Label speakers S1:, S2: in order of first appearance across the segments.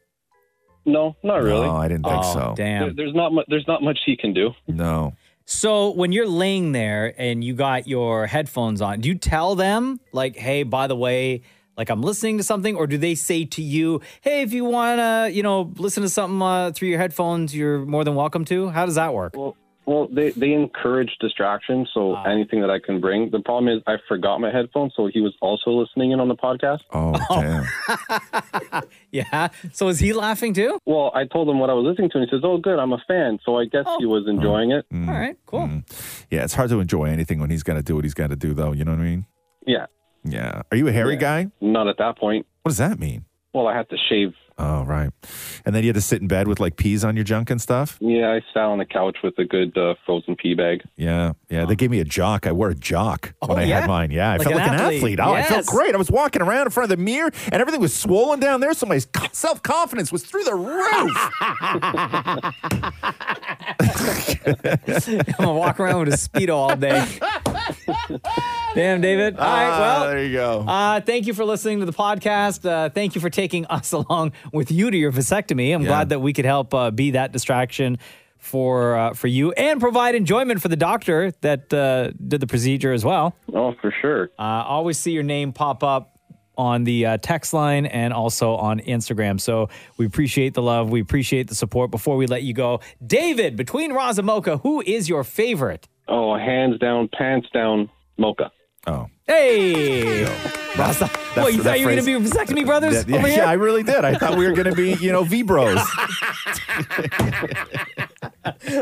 S1: No, not really.
S2: No, I didn't think
S3: oh,
S1: There-
S2: so.
S3: damn.
S1: there's not much. There's not much he can do.
S2: No.
S3: So when you're laying there and you got your headphones on, do you tell them like, "Hey, by the way, like I'm listening to something," or do they say to you, "Hey, if you wanna, you know, listen to something uh, through your headphones, you're more than welcome to"? How does that work?
S1: Well, they they encourage distraction, so
S3: Ah.
S1: anything that I can bring. The problem is I forgot my headphones, so he was also listening in on the podcast.
S2: Oh, damn.
S3: Oh. Yeah. So is he laughing too?
S1: Well, I told him what I was listening to, and he says, "Oh, good, I'm a fan." So I guess he
S3: Oh.
S1: was enjoying it.
S2: Mm.
S3: All right. Cool.
S2: Yeah, it's hard to enjoy anything when he's got to do what he's got to do, though. You know what I mean?
S1: Yeah,
S2: Yeah. Are you a hairy guy?
S1: not at that point.
S2: What does that mean?
S1: Well, I had to shave.
S2: Oh, right. And then you had to sit in bed with like peas on your junk and stuff.
S1: Yeah, I sat on the couch with a good uh, frozen pea bag.
S2: Yeah, yeah. They gave me a jock. I wore a jock when
S3: Oh,
S2: I
S3: yeah?
S2: had mine. Yeah, I
S3: Like
S2: felt
S3: an
S2: like
S3: athlete.
S2: an athlete. Oh, I felt
S3: Yes.
S2: great. I was walking around in front of the mirror, and everything was swollen down there, so my self confidence was through the roof.
S3: I'm gonna walk around with a speedo all day. Damn, David. All right,
S2: Ah,
S3: well,
S2: there you go.
S3: Uh, thank you for listening to the podcast. Uh, thank you for taking us along with you to your vasectomy. I'm glad that we could help uh, be that distraction for uh, for you and provide enjoyment for the doctor that uh, did the procedure as well.
S1: Oh, for sure.
S3: Uh, always see your name pop up on the uh, text line and also on Instagram. So we appreciate the love. We appreciate the support. Before we let you go, David, between Roz and Mocha, who is your favorite?
S1: Oh, hands down, pants down, mocha.
S2: Oh.
S3: Hey. Raza. What, you thought you were going to be vasectomy brothers
S2: Yeah,
S3: over
S2: yeah,
S3: here?
S2: I really did. I thought we were going to be, you know, V Bros.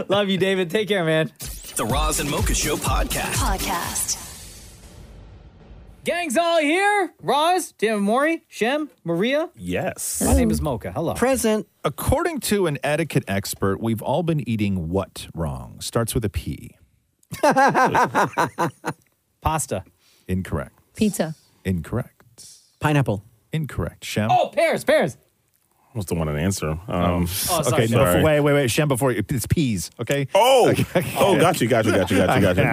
S3: Love you, David. Take care, man.
S4: The Roz and Mocha Show podcast.
S5: Podcast.
S3: Gang's all here. Roz, Tim, Maury, Shem, Maria.
S2: Yes.
S3: My name is Mocha. Hello.
S2: Present. According to an etiquette expert, we've all been eating what wrong? Starts with a P.
S3: Pasta.
S2: Incorrect.
S6: Pizza.
S2: Incorrect.
S7: Pineapple.
S2: Incorrect. Shem.
S3: Oh, pears, pears.
S8: What's the one an answer? Um,
S3: Oh,
S2: okay, no,
S8: Sorry.
S2: wait, wait, wait. Shem, before you, it's peas, okay?
S8: Oh, oh, got you, got you, got you, got you, got you.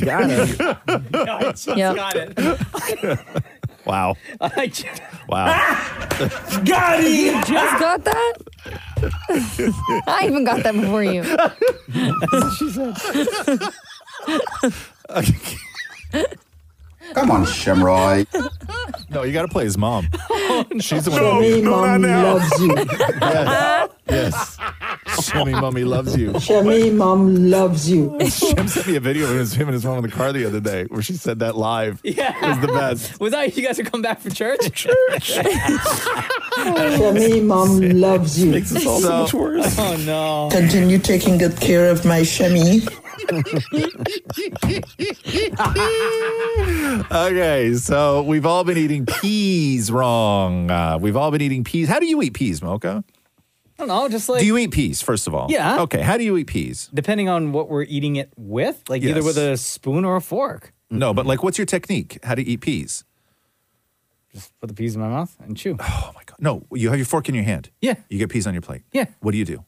S2: you.
S8: Got
S3: it.
S8: Yep.
S3: Got it.
S2: wow.
S3: I just-
S2: Wow.
S8: got
S6: You just got that? I even got that before you. she said.
S2: Come on, Shemroy. no, you got to play his mom. She's the one.
S8: No,
S2: who-
S8: no, not now.
S2: yes. yes. Shemmy, mommy loves you.
S9: Shami, mom loves you.
S2: Shem sent me a video of him and his mom in the car the other day where she said that live.
S3: Yeah.
S2: It was the best.
S3: Was that you guys are coming back from church? church.
S9: Shami, mom loves you.
S8: Makes
S3: us all so much worse. Oh, no.
S9: Continue taking good care of my Shami.
S2: Okay, so we've all been eating peas wrong. Uh, we've all been eating peas. How do you eat peas, Mocha?
S3: I don't know, just like
S2: do you eat peas, first of all?
S3: Yeah.
S2: Okay, how do you eat peas?
S3: depending on what we're eating it with, like either
S2: Yes.
S3: with a spoon or a fork. Mm-hmm.
S2: No, but like, what's your technique? How to eat peas?
S3: Put the peas in my mouth and chew.
S2: Oh my god! No, you have your fork in your hand.
S3: Yeah.
S2: You get peas on your plate.
S3: Yeah.
S2: What do you do?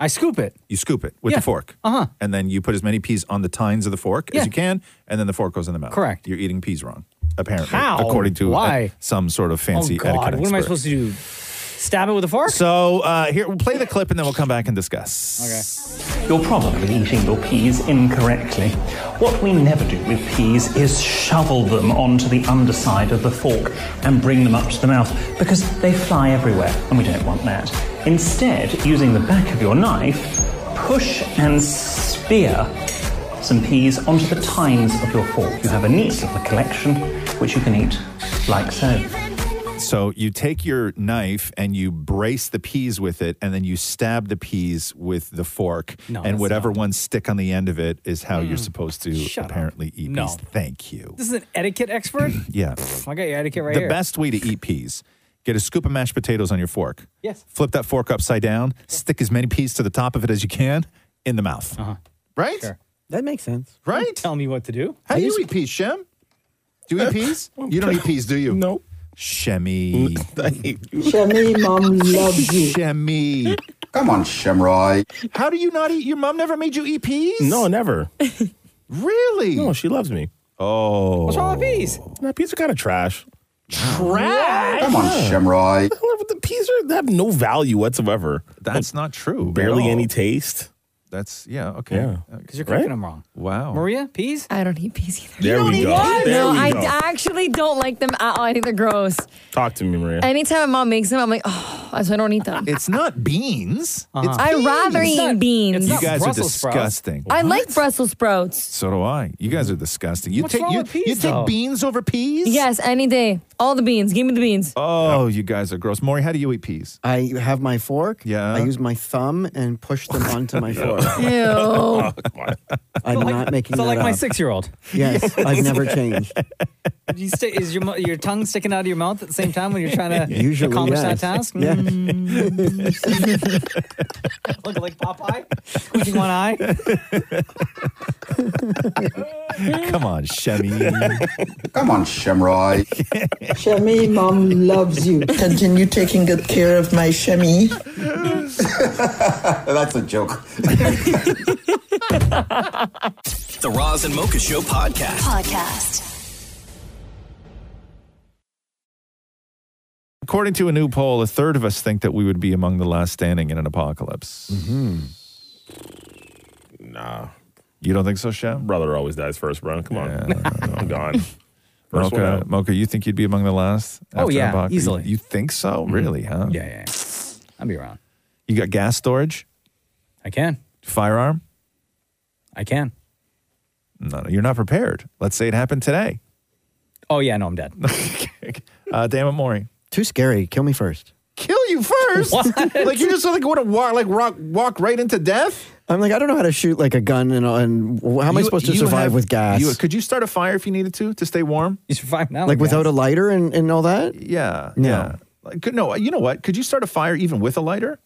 S3: I scoop it.
S2: You scoop it with
S3: Yeah.
S2: the fork,
S3: Uh huh.
S2: and then you put as many peas on the tines of the fork
S3: Yeah.
S2: as you can, and then the fork goes in the mouth.
S3: Correct.
S2: You're eating peas wrong, apparently,
S3: How?
S2: according to uh,
S3: Why?
S2: some sort of fancy
S3: oh God! What
S2: etiquette
S3: am I
S2: expert.
S3: supposed to do? Stab it with a fork?
S2: So uh, here, we'll play the clip, and then we'll come back and discuss.
S3: Okay.
S10: You're probably eating your peas incorrectly. What we never do with peas is shovel them onto the underside of the fork and bring them up to the mouth because they fly everywhere and we don't want that. Instead, using the back of your knife, push and spear some peas onto the tines of your fork. You have a neat little collection which you can eat like so.
S2: So you take your knife and you brace the peas with it, and then you stab the peas with the fork.
S3: No,
S2: and
S3: that's Hmm.
S2: whatever ones stick on the end of it is how you're supposed to
S3: Shut up.
S2: apparently eat
S3: No.
S2: peas. Thank you.
S3: This is an etiquette expert.
S2: Yeah.
S3: I got your etiquette right
S2: the
S3: here.
S2: best way to eat peas: get a scoop of mashed potatoes on your fork.
S3: Yes.
S2: Flip that fork upside down. Stick as many peas to the top of it as you can in the mouth.
S3: Uh-huh.
S2: Right?
S7: That makes sense.
S2: Right?
S3: Tell me what to do.
S2: How do you eat peas, Shem? Do you eat peas?
S3: Oh,
S2: You don't eat peas, do you? No. Shemmy.
S9: Shami, mom loves you.
S2: Shemmy. Come on, Shemroy. How do you not eat? Your mom never made you eat peas?
S8: No, never.
S2: really?
S8: No, she loves me.
S2: Oh.
S8: What's
S3: wrong with peas?
S8: That peas are kind of trash.
S2: Trash? Come on,
S8: Shemroy. The peas are, they have no value whatsoever.
S2: That's not true.
S8: Barely
S2: No.
S8: any taste.
S2: That's, yeah, okay. Uh,
S8: Yeah.
S3: Because you're cooking
S8: Right?
S3: them wrong.
S2: Wow.
S3: Maria, peas?
S6: I don't eat peas either.
S8: There we go. There
S6: no,
S8: we
S6: I
S8: go.
S6: I actually don't like them at all. I think they're gross.
S8: Talk to me, Maria.
S6: Anytime my mom makes them, I'm like, oh, so I don't eat them.
S2: It's not beans. It's
S6: I'd
S2: peas.
S6: rather
S2: Uh-huh. It's
S6: eat
S2: not-
S6: beans.
S2: You guys are disgusting.
S6: I like Brussels sprouts.
S2: So do I. You guys are disgusting. You
S6: What's
S2: take
S6: wrong
S2: you,
S6: with peas,
S2: you
S6: though?
S2: take beans over peas?
S6: Yes, any day. All the beans. Give me the beans.
S2: Oh, you guys are gross. Maury, how do you eat peas?
S7: I have my fork.
S2: Yeah.
S7: I use my thumb and push them onto my fork.
S6: Ew.
S7: I'm not making
S3: So
S7: that
S3: like my
S7: up.
S3: six year old.
S7: Yes, I've never changed.
S3: Do you sti- is your mo- your tongue sticking out of your mouth at the same time when you're trying to
S7: Usually,
S3: accomplish
S7: yes.
S3: that task? Mm.
S7: Yeah.
S3: Look like Popeye, squeezing one eye.
S2: Come on, Shemmy.
S9: Come on, Shamroy. Shami, mom loves you. Continue taking good care of my Shami.
S4: That's a joke. the Roz and Mocha Show podcast.
S5: Podcast.
S2: According to a new poll, a third of us think that we would be among the last standing in an apocalypse.
S8: Nah.
S2: You don't think so, Shem?
S8: Brother always dies first, bro. Come on. I'm gone. First one
S2: Mocha,
S8: out.
S2: Mocha, you think you'd be among the last?
S8: Oh,
S2: after an
S8: yeah,
S2: apocalypse? You-
S8: easily.
S2: You, think so? Really, huh? Yeah,
S3: Mm-hmm. yeah. I'll be around.
S2: You got gas storage?
S3: I can.
S2: Firearm?
S3: I can.
S2: No, no, you're not prepared. Let's say it happened today.
S3: Oh yeah, no, I'm dead.
S2: uh, damn it, Maury.
S7: Too scary. Kill me first.
S2: Kill you first. Like you're just like going to walk like rock, walk right into death.
S7: I'm like, I don't know how to shoot like a gun, and, and how am I
S2: You-
S7: supposed to
S2: you
S7: survive
S2: have-
S7: with gas?
S2: you- could you start a fire if you needed to to stay warm?
S3: You survive now.
S7: like without a lighter and, and all that?
S2: Yeah.
S7: No.
S2: Yeah. Like, could, no, you know what? Could you start a fire even with a lighter?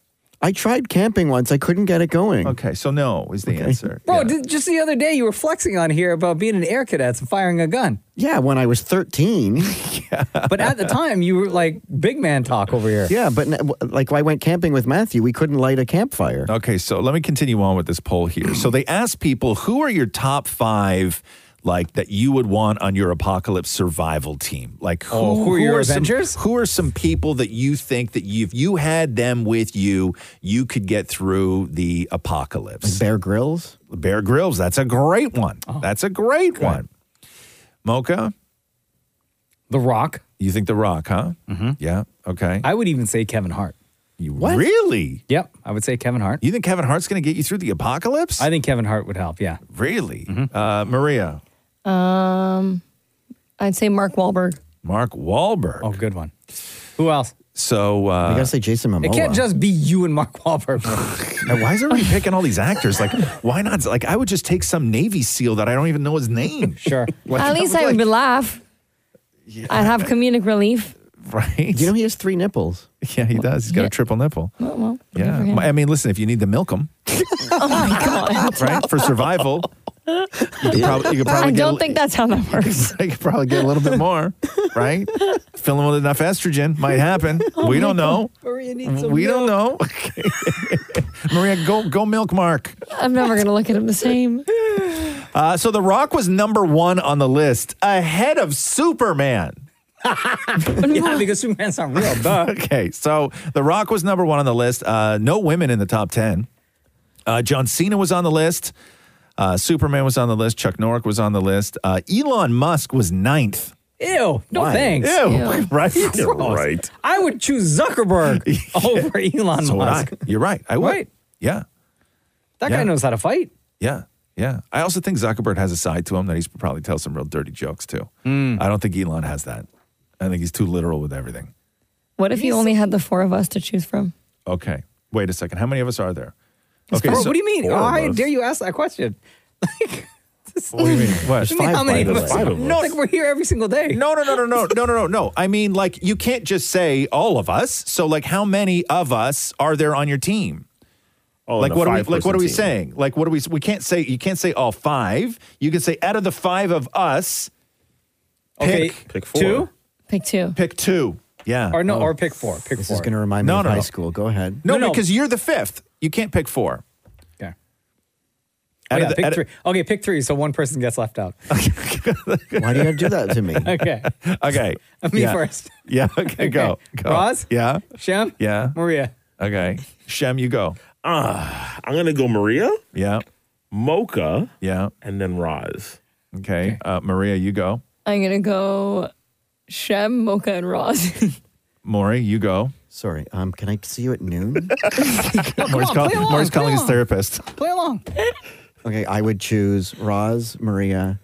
S7: I tried camping once. I couldn't get it going.
S2: Okay, so no is the answer.
S3: Bro, d- just the other day you were flexing on here about being an air cadet and firing a gun.
S7: Yeah, when I was 13.
S3: But at the time you were like big man talk over here.
S7: Yeah, but n- like I went camping with Matthew, we couldn't light a campfire.
S2: Okay, so let me continue on with this poll here. So they asked people who are your top five, like that you would want on your apocalypse survival team. Like who,
S3: Oh, who are your
S2: some-
S3: Avengers?
S2: who are some people that you think that you, if you had them with you, you could get through the apocalypse?
S7: Bear Grylls.
S2: Bear Grylls. That's a great one.
S3: Oh.
S2: That's a great one. Mocha.
S3: The Rock.
S2: You think The Rock, huh? Mm-hmm. Yeah. Okay.
S3: I would even say Kevin Hart.
S2: You really?
S3: Yep, I would say Kevin Hart.
S2: You think Kevin Hart's going to get you through the apocalypse?
S3: I think Kevin Hart would help. Yeah. Mm-hmm.
S2: Really? Uh, Maria.
S6: Um, I'd say Mark Wahlberg.
S2: Mark Wahlberg. Oh,
S3: good one. Who else?
S2: So uh,
S7: I gotta say Jason Momoa.
S3: It can't just be you and Mark Wahlberg.
S2: Now, why is everybody picking all these actors? Like, why not? Like, I would just take some Navy SEAL that I don't even know his name.
S3: Sure.
S6: At least I would be laugh. I'd have comedic relief.
S2: Right? You
S7: know, he has three nipples.
S2: Yeah, he does. He's got a triple nipple.
S6: Oh, well, good
S2: Yeah.
S6: for him.
S2: I mean, listen, if you need to milk him,
S6: oh my god!
S2: right, for survival, you could probably, you could probably
S6: I
S2: get a-
S6: don't think that's how that works.
S2: you could probably get a little bit more, right? Fill him with enough estrogen. Might happen.
S6: Oh
S2: we don't know.
S3: Maria
S6: needs
S2: we don't know. Maria, go go milk Mark.
S6: I'm never gonna look at him the same.
S2: Uh, so The Rock was number one on the list, ahead of Superman.
S3: yeah, because Superman's not real. Duh.
S2: okay, so The Rock was number one on the list. Uh, no women in the top 10. Uh, John Cena was on the list. Uh, Superman was on the list. Chuck Norrick was on the list. Uh, Elon Musk was ninth.
S3: Ew. No
S2: Why?
S3: Oh, thanks.
S2: Ew. Ew. Right.
S3: Gross.
S2: You're right.
S3: I would choose Zuckerberg over Elon
S2: So would I.
S3: Musk.
S2: You're right. I would.
S3: Right.
S2: Yeah.
S3: That
S2: Yeah.
S3: guy knows how to fight.
S2: Yeah. Yeah. I also think Zuckerberg has a side to him that he's probably tells some real dirty jokes too.
S3: Hmm.
S2: I don't think Elon has that. I think he's too literal with everything.
S6: What if you only had the four of us to choose from?
S2: Okay. Wait a second. How many of us are there?
S3: Bro,
S2: so-
S3: what do you mean?
S2: Four of
S3: I
S2: us.
S3: dare you ask that question?
S2: What do you mean? What?
S3: I mean, how many of us? No, like we're here every single day.
S2: No, no, no, no, no, no, no, no, no. I mean, like, you can't just say all of us. So, like, how many of us are there on your team?
S8: Oh,
S2: like
S8: in a
S2: what are we like what
S8: five-person
S2: are we
S8: team.
S2: saying? Like what are we we can't say you can't say all five. You can say out of the five of us,
S3: Okay,
S2: pick,
S8: pick
S3: four. two?
S6: Pick two.
S2: Pick two. Yeah.
S3: Or no, or pick four. Pick
S7: Oh. This
S3: four.
S7: is going to remind me
S2: No,
S7: of
S2: no,
S7: high
S2: no.
S7: school. Go ahead.
S2: No,
S3: No, no.
S2: because you're the fifth. You can't pick four.
S3: Okay.
S2: Out
S3: Oh,
S2: of
S3: yeah,
S2: the- out
S3: pick
S2: of-
S3: three. Okay, pick three. So one person gets left out.
S7: Why do you gotta do that to me?
S3: Okay.
S2: Okay.
S3: Me
S2: Yeah.
S3: first.
S2: Yeah. Okay. Go. go.
S3: Roz?
S2: Yeah.
S3: Shem?
S2: Yeah.
S3: Maria.
S2: Okay. Shem, you go.
S8: Ah, I'm gonna go Maria.
S2: Yeah.
S8: Mocha.
S2: Yeah.
S8: And then Roz.
S2: Okay. Uh, Maria, you
S3: Oh
S2: go.
S6: I'm gonna go Shem, Mocha, and Roz.
S2: Maury, you go.
S7: Sorry. Um, can I see you at noon?
S2: Maury's,
S6: on,
S2: call-
S6: play along,
S2: Maury's
S6: play
S2: calling his
S6: along.
S2: therapist.
S3: Play along.
S7: Okay, I would choose Roz, Maria,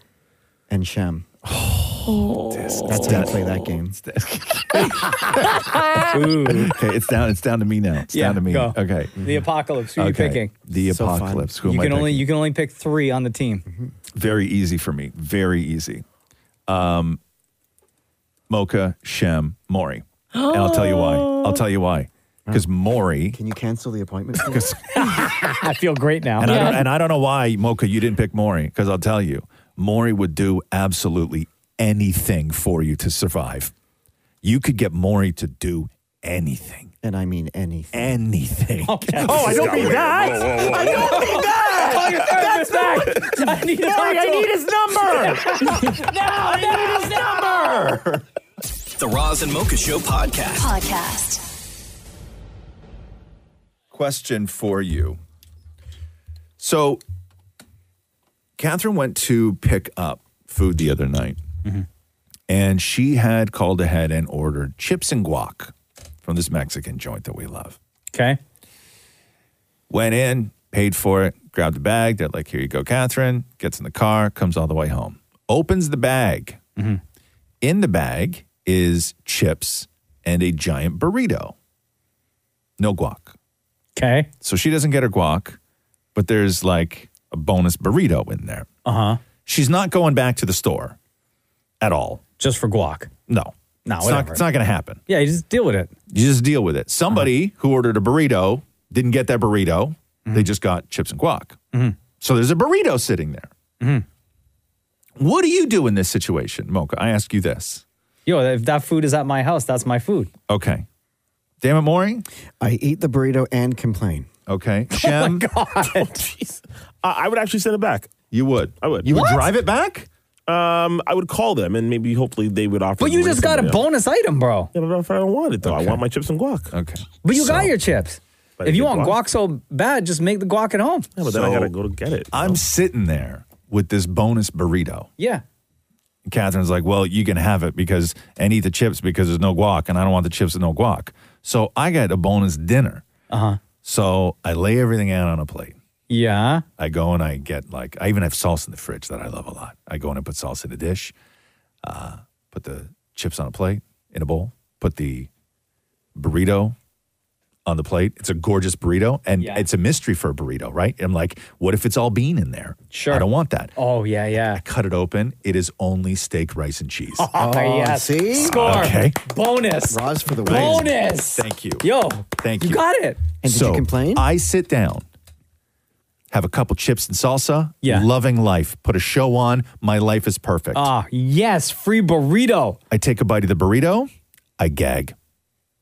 S7: and Shem.
S3: Oh.
S7: That's how I play
S2: Oh.
S7: that game.
S2: okay, it's down. It's down to me now. It's
S3: Ah. Yeah,
S2: down to me.
S3: go.
S2: Okay.
S3: The apocalypse. Who are you
S2: Mm-hmm. okay.
S3: picking?
S2: The apocalypse. Who
S3: you
S2: am
S3: can
S2: I
S3: only
S2: picking?
S3: you can only pick three on the team.
S2: Very easy for me. Very easy. Um, Mocha, Shem, Maury. And I'll tell you why. I'll tell you why. Because Maury. Can
S7: you cancel the appointment?
S3: I feel great now.
S2: And, I don't, and I don't know why, Mocha, you didn't pick Maury, because I'll tell you, Maury would do absolutely anything for you to survive. You could get Maury to do anything.
S7: And I mean anything.
S2: Anything.
S7: Okay.
S2: Oh, I don't mean that. I don't mean that.
S9: Oh,
S3: Call your therapist back. I need, to talk
S4: Maury, I
S3: to him.
S4: need his
S3: number. no, I need his number.
S4: The Roz and Mocha Show podcast.
S5: Podcast.
S2: Question for you. So, Catherine went to pick up food the other night, and she had called ahead and ordered chips and guac from this Mexican joint that we love.
S3: Okay.
S2: Went in, paid for it, grabbed the bag. They're like, here you go, Catherine. Gets in the car, comes all the way home, opens the bag.
S3: Mm-hmm.
S2: In the bag is chips and a giant burrito. No guac.
S3: Okay.
S2: So she doesn't get her guac, but there's like a bonus burrito in there.
S3: Uh huh.
S2: She's not going back to the store at all.
S3: Just for guac?
S2: No.
S3: No,
S2: it's
S3: whatever.
S2: not, it's not going to happen.
S3: Yeah, you just deal with it. Uh-huh.
S2: You just deal with it. Somebody who ordered a burrito didn't get that burrito.
S3: Mm-hmm.
S2: They just got chips and guac.
S4: Mhm.
S2: So there's a burrito sitting there.
S4: Mhm.
S8: Mm-hmm.
S2: What do you do in this situation, Mocha? I ask you this.
S3: Yo, if that food is at my house, that's my food.
S2: Okay. Damn it, Maury.
S7: I eat the burrito and complain.
S2: Okay.
S7: Shem.
S8: I would actually send it back.
S2: You would.
S8: I would.
S3: You would What? drive
S2: it back?
S8: Um, I would call them and maybe hopefully they would offer.
S3: But you just got a bonus item, bro.
S8: Yeah, but if I don't want it though, I want my chips and guac.
S2: Okay.
S3: But you got your chips.
S8: But
S3: If
S8: if
S3: you
S8: you
S3: want guac. so bad, just make the guac at home.
S8: Yeah, but then I gotta go to get it.
S2: I'm sitting there with this bonus burrito.
S3: Yeah.
S2: Catherine's like, well, you can have it because and eat the chips because there's no guac, and I don't want the chips and no guac. So I got a bonus dinner.
S3: Uh huh.
S2: So I lay everything out on a plate.
S3: Yeah.
S2: I go and I get like I even have salsa in the fridge that I love a lot. I go in and put salsa in a dish, uh, put the chips on a plate in a bowl, put the burrito on the plate. It's a gorgeous burrito, and it's a mystery for a burrito, right? I'm like, what if it's all bean in there? Sure, I don't want that.
S3: Oh yeah, yeah. I
S2: cut it open. It is only steak, rice, and cheese.
S3: Oh, yes.
S7: see?
S3: Score.
S2: Okay.
S3: Bonus.
S7: Roz for the win.
S3: Bonus.
S2: Thank you.
S3: Yo.
S2: Thank
S3: you
S2: you.
S3: got it.
S7: And did you complain?
S2: I sit down, have a couple chips and salsa. Yeah. Loving life. Put a show on. My life is perfect.
S3: Ah, yes. Free burrito.
S2: I take a bite of the burrito. I gag.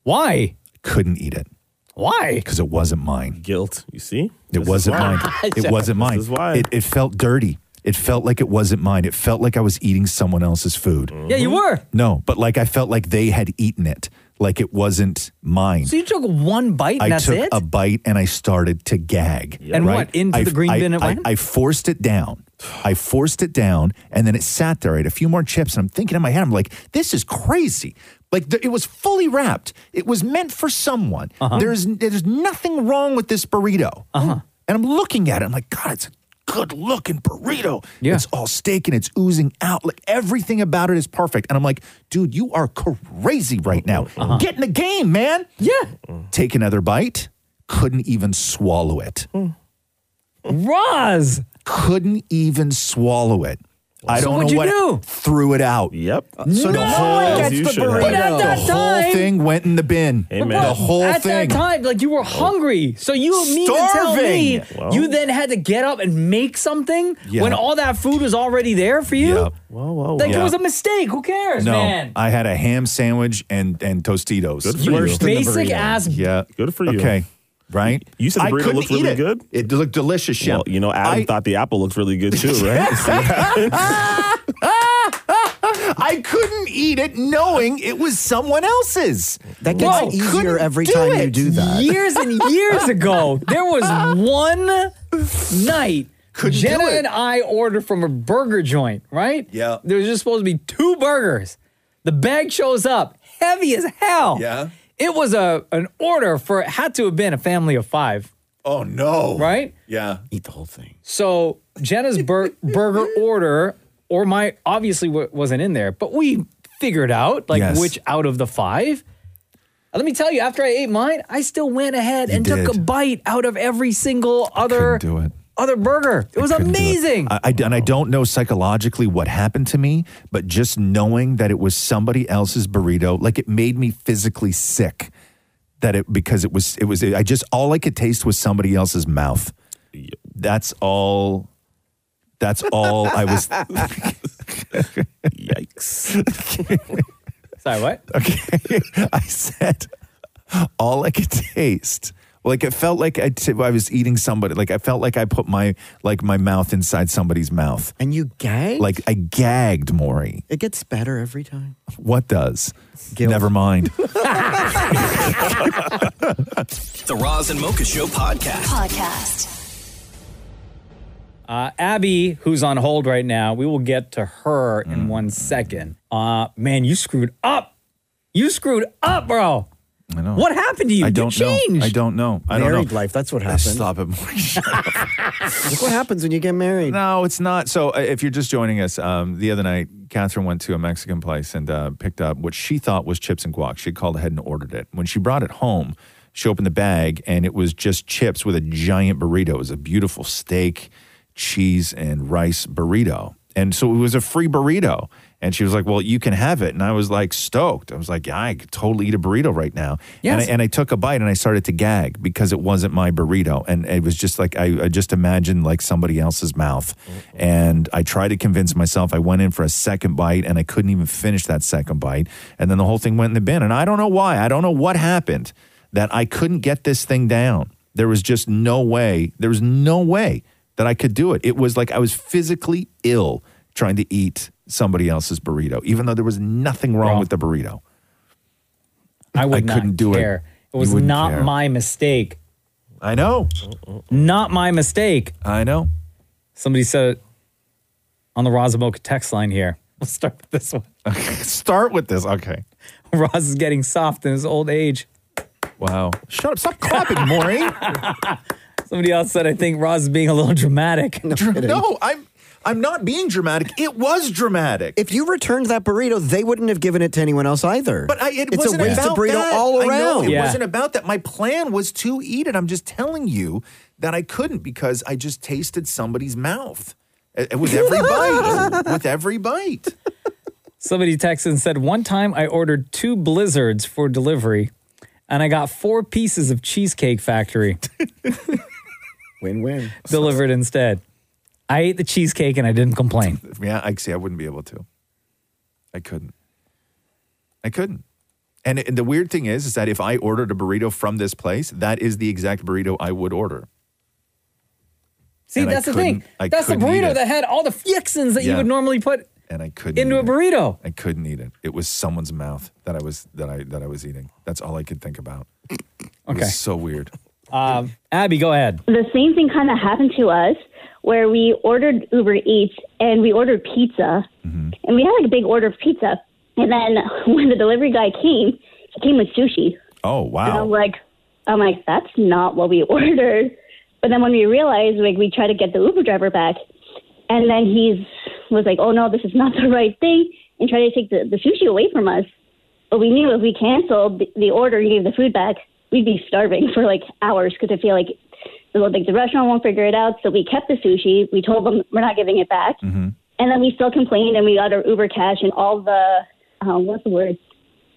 S3: Why?
S2: Couldn't eat it.
S3: Why?
S2: Because it wasn't mine.
S8: Guilt. You see?
S2: It wasn't
S8: why.
S2: mine. It wasn't mine.
S8: This is why.
S2: It, it felt dirty. It felt like it wasn't mine. It felt like I was eating someone else's food.
S3: Yeah,
S8: Mm-hmm.
S3: you were.
S2: No, but like I felt like they had eaten it, like it wasn't mine.
S3: So you took one bite and
S2: I
S3: that's
S2: took
S3: it?
S2: a bite and I started to gag.
S3: And
S2: right?
S3: what, into the green
S2: I,
S3: bin it
S2: I,
S3: went?
S2: I forced it down. I forced it down, and then it sat there. I ate a few more chips, and I'm thinking in my head, I'm like, "This is crazy." Like th- it was fully wrapped. It was meant for someone.
S4: Uh-huh.
S2: There's there's nothing wrong with this burrito. Uh-huh. And I'm looking at it. I'm like, God, it's a good looking burrito.
S4: Yeah.
S2: It's all steak and it's oozing out. Like everything about it is perfect. And I'm like, dude, you are crazy right now. Get in the game, man.
S3: Yeah.
S2: Take another bite. Couldn't even swallow it.
S3: Roz
S2: couldn't even swallow it. I
S4: So
S2: don't
S4: what'd
S2: know
S4: you
S2: what
S4: do?
S2: threw it out. Yep.
S4: No one gets the burrito. But at
S2: The
S4: that
S2: whole
S4: time-
S2: thing went in the bin. The whole
S3: At
S2: thing. Oh.
S3: that time, like you were hungry, so you mean to tell me
S2: Starving. Well.
S3: you then had to get up and make something
S2: Yeah.
S3: when all that food was already there for you?
S8: Whoa, whoa,
S3: Like it
S2: Yeah.
S3: was a mistake. Who cares,
S2: no,
S3: man?
S2: I had a ham sandwich and and Tostitos.
S3: Good for You you.
S2: Worse than the
S3: basic
S2: burrito.
S3: ass-
S2: Yeah.
S8: Good for you.
S2: Okay. Right.
S8: You said the
S2: I
S8: burrito
S2: couldn't
S8: looked
S2: eat
S8: really
S2: it.
S8: good.
S2: It looked delicious. Shem.
S8: Well, you know, Adam
S2: I-
S8: thought the apple looked really good too, right?
S2: I couldn't eat it knowing it was someone else's.
S7: That gets
S2: Bro,
S7: easier
S2: couldn't
S7: every
S2: do
S7: time you
S2: it.
S7: do that.
S3: Years and years ago, there was one night
S4: Couldn't do
S3: Jenna
S4: it.
S3: and I ordered from a burger joint, right? Yeah. There was just supposed to be two burgers. The bag shows up, heavy as hell. Yeah. It was a an order for it had to have been a family of five.
S2: Oh no.
S3: Right?
S2: Yeah.
S7: Eat the whole thing.
S3: So Jenna's bur- burger order, or my obviously w- wasn't in there, but we figured out like
S4: Yes.
S3: which out of the five. And Let me tell you, after I ate mine, I still went ahead and took a
S2: did.
S3: bite out of every single other
S2: do it.
S3: other burger. It was
S2: couldn't do
S3: amazing.
S2: I, I- and I don't know psychologically what happened to me, but just knowing that it was somebody else's burrito, like it made me physically sick. That it because it was it was I just all I could taste was somebody else's mouth. That's all. That's all Oh, I was. Yikes.
S3: Sorry, what?
S2: Okay. I said all I could taste. Like it felt like I, t- I was eating somebody. Like I felt like I put my like my mouth inside somebody's mouth.
S7: And you gagged?
S2: Like I gagged, Maury.
S7: It gets better every time.
S2: What does? Never mind.
S4: The Roz and Mocha Show podcast.
S5: Podcast.
S3: Uh, Abby, who's on hold right now, we will get to her
S2: Mm.
S3: in one second. Uh, man, you screwed up. You screwed up, bro.
S2: I know.
S3: What happened to you?
S2: I
S3: You
S2: don't know.
S3: changed.
S2: I don't know. I don't
S7: Married
S2: know.
S7: life, that's what
S2: Uh,
S7: happened.
S2: Stop it, Maury.
S7: Look what happens when you get married.
S2: No, it's not. So uh, if you're just joining us, um, the other night, Catherine went to a Mexican place and uh, picked up what she thought was chips and guac. She called ahead and ordered it. When she brought it home, she opened the bag and it was just chips with a giant burrito. It was a beautiful steak, cheese, and rice burrito. And so it was a free burrito. And she was like, Well, you can have it. And I was like, stoked. I was like, Yeah, I could totally eat a burrito right now. And,
S11: Yes.
S2: I, and I took a bite and I started to gag because it wasn't my burrito. And it was just like, I, I just imagined like somebody else's mouth. And I tried to convince myself. I went in for a second bite and I couldn't even finish that second bite. And then the whole thing went in the bin. And I don't know why. I don't know what happened that I couldn't get this thing down. There was just no way. There was no way that I could do it. It was like I was physically ill trying to eat somebody else's burrito, even though there was nothing wrong with the burrito.
S3: I would
S2: I couldn't
S3: not
S2: do it.
S3: care. It
S2: You
S3: was
S2: wouldn't
S3: not
S2: care.
S3: my mistake.
S2: I know.
S3: Not my mistake.
S2: I know.
S3: Somebody said it on the Razamoka text line here. We'll start with this one.
S2: Okay, start with this. Okay.
S3: Roz is getting soft in his old age.
S2: Wow. Shut up. Stop clapping, Maury.
S3: Somebody else said, I think Roz is being a little dramatic. No,
S2: no I'm I'm not being dramatic. It was dramatic.
S7: If you returned that burrito, they wouldn't have given it to anyone else either.
S2: But I, it
S7: it's
S2: wasn't
S7: a waste
S2: about
S7: of burrito
S2: that.
S7: all
S2: I
S7: around.
S2: know, it wasn't about that. My plan was to eat it. I'm just telling you that I couldn't because I just tasted somebody's mouth Uh, with every bite. With every bite.
S3: Somebody texted and said, One time I ordered two blizzards for delivery and I got four pieces of Cheesecake Factory.
S7: win win.
S3: Delivered instead. I ate the cheesecake and I didn't complain.
S2: Yeah, I see. I wouldn't be able to. I couldn't. I couldn't. And, and the weird thing is, is that if I ordered a burrito from this place, that is the exact burrito I would order.
S3: See,
S2: And I
S3: that's the thing.
S2: couldn't- I
S3: that's the
S2: couldn't eat
S3: burrito
S2: it.
S3: that had all the fixins that you
S2: Yeah.
S3: would normally put
S2: and I couldn't
S3: into
S2: eat
S3: a burrito.
S2: It. I couldn't eat it. It was someone's mouth that I was that I that I was eating. That's all I could think about. It
S3: Okay.
S2: was so weird.
S3: Um, Abby, go ahead.
S12: The same thing kind of happened to us where we ordered Uber Eats and we ordered pizza. And we had like a big order of pizza. And then when the delivery guy came, he came with sushi.
S2: Oh
S12: And I'm
S2: wow.
S12: like, I'm like, that's not what we ordered. But then when we realized, like, we tried to get the Uber driver back, and then he's was like, oh no, this is not the right thing, and tried to take the, the sushi away from us. But we knew if we canceled the, the order and gave the food back, we'd be starving for like hours because I feel like the like the restaurant won't figure it out. So we kept the sushi. We told them we're not giving it back,
S13: Mm-hmm.
S2: Mm-hmm.
S12: and then we still complained, and we got our Uber cash and all the uh, what's the word,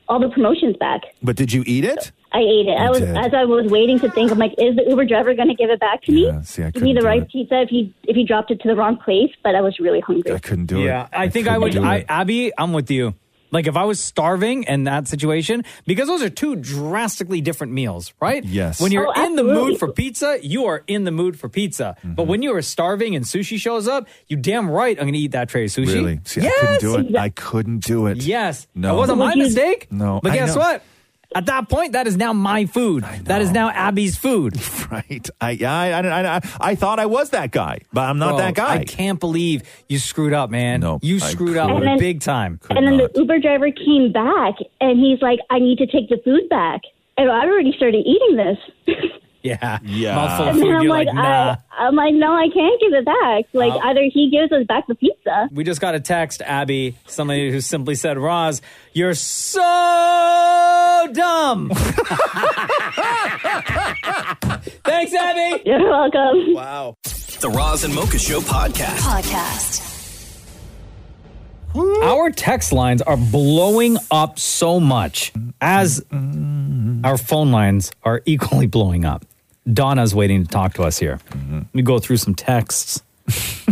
S12: all the promotions back.
S2: But did you eat it?
S12: I ate it. I
S2: You
S12: was
S2: did.
S12: as I was waiting to think. I'm like, is the Uber driver going to give it back to me?
S2: see, I
S12: give me
S2: couldn't
S12: the
S2: do
S12: right
S2: it.
S12: pizza if he if he dropped it to the wrong place. But I was really hungry.
S2: I couldn't do it.
S3: Yeah, I, think I
S2: couldn't
S3: would.
S2: do
S3: I,
S2: it.
S3: Abby, I'm with you. Like if I was starving in that situation, because those are two drastically different meals, right?
S2: Yes.
S3: When you're
S2: Oh,
S3: in the
S2: absolutely.
S3: mood for pizza, you are in the mood for pizza.
S2: Mm-hmm.
S3: But when you are starving and sushi shows up, you damn right I'm going to eat that tray of sushi.
S2: Really? See,
S3: yes.
S2: I couldn't do it. I couldn't do it.
S3: Yes.
S2: No.
S3: It wasn't my mistake.
S2: No.
S3: But
S2: I
S3: guess
S2: know.
S3: what? At that point, that is now my food. That is now Abby's food.
S2: Right. I, I, I, I, I thought I was that guy, but I'm not
S3: Bro,
S2: that guy.
S3: I can't believe you screwed up, man. No. You
S2: I
S3: screwed
S12: couldn't. And
S3: up
S12: then-
S3: big time.
S12: and then the Uber driver came back and he's like, I need to take the food back. And I already started eating this.
S3: Yeah. Yeah.
S2: Uh,
S12: and then I'm like, I, I'm like, no, I can't give it back. Like
S3: Uh,
S12: either he gives us back the pizza.
S3: We just got a text, Abby, somebody who simply said, Roz, you're so dumb. Thanks, Abby.
S12: You're welcome.
S3: Wow.
S4: The Roz and Mocha Show podcast.
S5: Podcast.
S3: Our text lines are blowing up so much as our phone lines are equally blowing up. Donna's waiting to talk to us here.
S2: Mm-hmm.
S3: We go through some texts.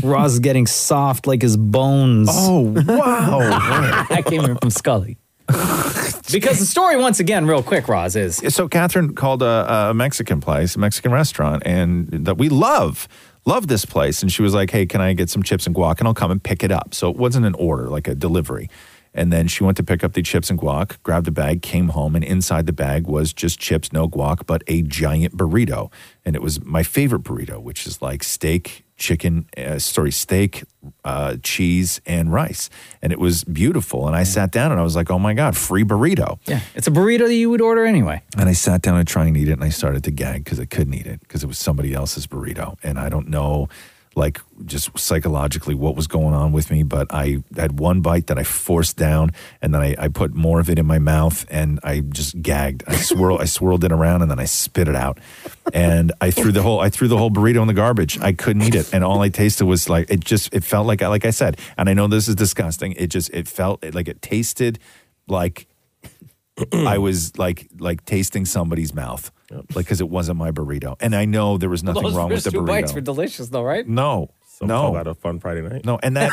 S3: Roz is getting soft like his bones.
S2: Oh, wow.
S3: that came in from Scully. because the story, once again, real quick, Roz, is
S2: So Catherine called a, a Mexican place, a Mexican restaurant, and that we love, love this place. And she was like, "Hey, can I get some chips and guac? And I'll come and pick it up." So it wasn't an order, like a delivery. And then she went to pick up the chips and guac, grabbed a bag, came home, and inside the bag was just chips, no guac, but a giant burrito. And it was my favorite burrito, which is like steak, chicken, uh, sorry, steak, uh, cheese, and rice. And it was beautiful. And I sat down and I was like, oh my God, free burrito.
S3: yeah, it's a burrito that you would order anyway.
S2: And I sat down to try and eat it, and I started to gag because I couldn't eat it because it was somebody else's burrito. And I don't know, like, just psychologically what was going on with me, but I had one bite that I forced down, and then I, I put more of it in my mouth, and I just gagged. I swirl, I swirled it around, and then I spit it out, and I threw the whole, I threw the whole burrito in the garbage. I couldn't eat it, and all I tasted was like it just, it felt like, like I said, and I know this is disgusting. It just, it felt like it tasted like I was like like tasting somebody's mouth, like because it wasn't my burrito, and I know there was nothing
S3: Those
S2: wrong with
S3: first
S2: the
S3: two bites
S2: burrito.
S3: were delicious, though, right?
S2: no, no,
S8: a fun Friday night.
S2: no, and that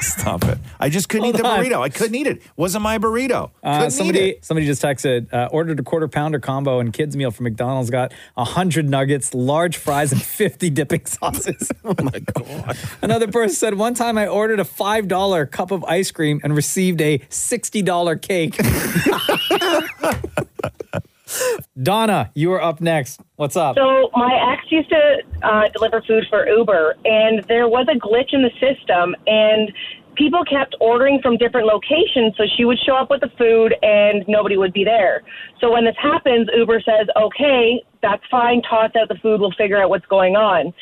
S2: stop it. I just couldn't eat the
S3: Hold on.
S2: burrito. I couldn't eat it. Wasn't my burrito.
S3: Uh,
S2: Couldn't eat
S3: somebody
S2: it.
S3: somebody just texted uh, ordered a quarter pounder combo and kids meal from McDonald's got 100 nuggets, large fries and 50 dipping sauces. oh my god. Another person said one time I ordered a $5 cup of ice cream and received a $60 cake. Donna, you are up next. What's up?
S11: So my ex used to uh, deliver food for Uber, and there was a glitch in the system, and people kept ordering from different locations. So she would show up with the food, and nobody would be there. So when this happens, Uber says, "Okay, that's fine. Toss out the food. We'll figure out what's going on."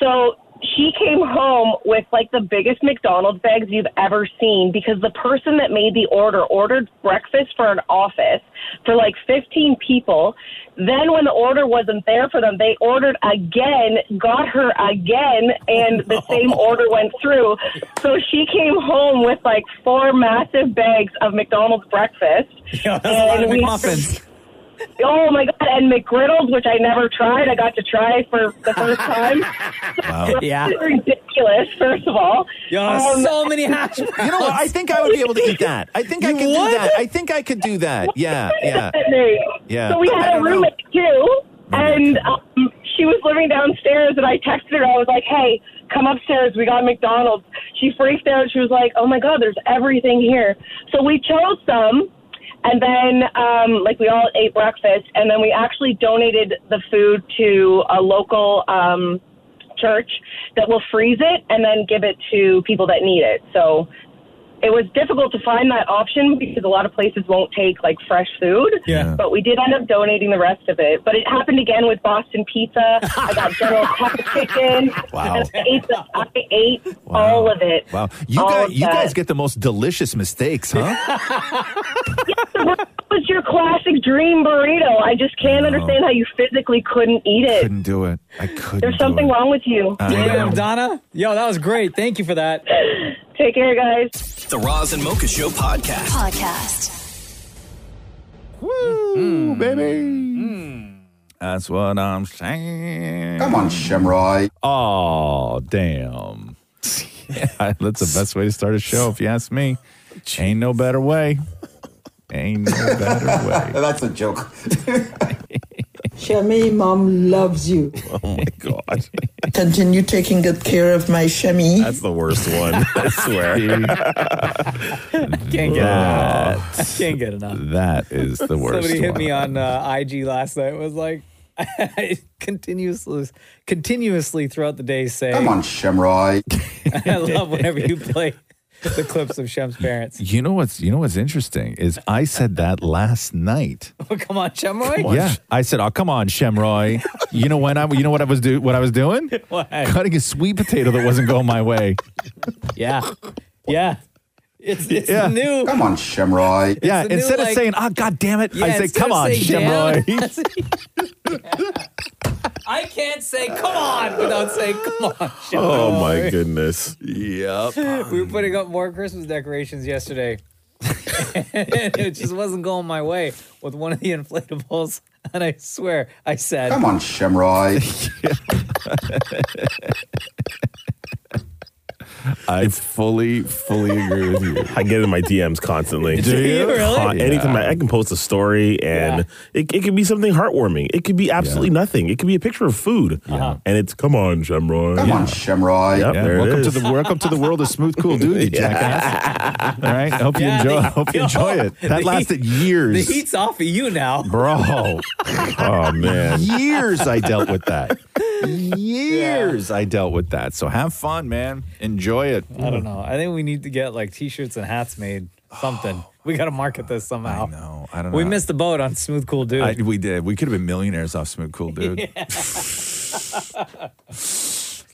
S11: So. She came home with like the biggest McDonald's bags you've ever seen because the person that made the order ordered breakfast for an office for like 15 people. Then when the order wasn't there for them, they ordered again, got her again, and the same order went through. So she came home with like four massive bags of McDonald's breakfast.
S3: Yeah, that's a lot of
S11: we-
S3: McMuffins.
S11: Oh my god! And McGriddles, which I never tried, I got to try for the first time.
S2: Wow.
S3: Yeah.
S11: ridiculous. First of all, Um,
S2: Yeah, so
S3: many hash
S2: You know what? I think I would be able to eat that. I think I could do that. I think I could do that. Yeah, yeah. Yeah.
S11: So we
S2: I
S11: had a
S2: don't know.
S11: roommate too, and um, she was living downstairs, and I texted her. I was like, "Hey, come upstairs. We got McDonald's." She freaked out. She was like, "Oh my god, there's everything here." So we chose some, and then um, like we all ate breakfast, and then we actually donated the food to a local. Um, church that will freeze it and then give it to people that need it. So it was difficult to find that option because a lot of places won't take like fresh food.
S14: Yeah.
S11: But we did end up donating the rest of it. But it happened again with Boston Pizza. I got General Pepper chicken.
S2: Wow.
S11: And I ate, the- I ate all of it.
S2: Wow. You
S11: All
S2: guys,
S11: of
S2: you
S11: that.
S2: guys get the most delicious mistakes, huh?
S11: It was your classic dream burrito. I just can't understand how you physically couldn't eat it.
S2: Couldn't do it. Uh, I couldn't.
S11: There's something wrong with you.
S3: Damn, Donna. Yo, that was great. Thank you for that.
S11: Take care, guys.
S4: The Roz and Mocha Show podcast.
S5: Podcast.
S2: Woo, baby. That's what I'm saying.
S9: Come on,
S2: Shemroy. Oh, damn. Yeah, that's the best way to start a show, if you ask me. Ain't no better way. Ain't no better way. that's a joke.
S9: Shemmy, mom loves you.
S8: Oh my god,
S9: Continue taking good care of my Shemmy.
S8: that's the worst one. I swear.
S3: Can't get enough. I Can't get enough.
S2: That is the worst.
S3: Somebody hit
S2: one.
S3: me on uh, IG last night. It was like I continuously, continuously throughout the day say,
S9: Come on, Shemroy.
S3: I love whenever you play the clips of Shem's parents."
S2: You know what's you know what's interesting is I said that last night.
S3: Oh, come on, Shem Roy.
S2: Yeah, I said, "Oh, come on, Shemroy." you know when I you know what I was do what I was doing?
S3: What?
S2: Cutting a sweet potato that wasn't going my way.
S3: yeah, yeah. It's, it's
S2: Yeah.
S3: the new.
S9: Come on, Shemroy.
S2: Yeah,
S3: the new,
S2: instead of
S3: like-
S2: saying, "Ah, oh, god damn it,"
S3: Yeah,
S2: I said,
S3: instead
S2: "Come
S3: of
S2: on,
S3: saying, "Damn,"
S2: Shemroy."
S3: I can't say come on without saying come on. Sean."
S8: Oh my goodness. Yep.
S3: we were putting up more Christmas decorations yesterday. and it just wasn't going my way with one of the inflatables. And I swear, I said,
S9: Come on,
S4: Shamroy.
S8: I fully, fully agree with you. I get in my DMs constantly.
S3: Do you? Really?
S8: Con- anytime
S3: Yeah.
S8: I, I can post a story, and it, it could be something heartwarming. It could be absolutely nothing. It could be a picture of food, and it's come on,
S3: Oh,
S8: Shamroy.
S2: Come on,
S8: Shamroy. Yep,
S2: Yeah,
S8: there it
S2: welcome to
S8: is.
S2: the welcome to the world of smooth, cool dude, you jackass. All right, hope you enjoy. hope you enjoy it. That lasted years,
S3: The heat's off of you now.
S2: bro.
S8: oh man,
S2: years I dealt with that. Years I dealt with that. So have fun, man. Enjoy it.
S3: I don't know. I think we need to get like t shirts and hats made. Something. we got to market this somehow. I know.
S2: I don't
S3: We
S2: know.
S3: missed the boat on Smooth Cool Dude.
S2: I- we did. We could have been millionaires off Smooth Cool Dude.
S8: As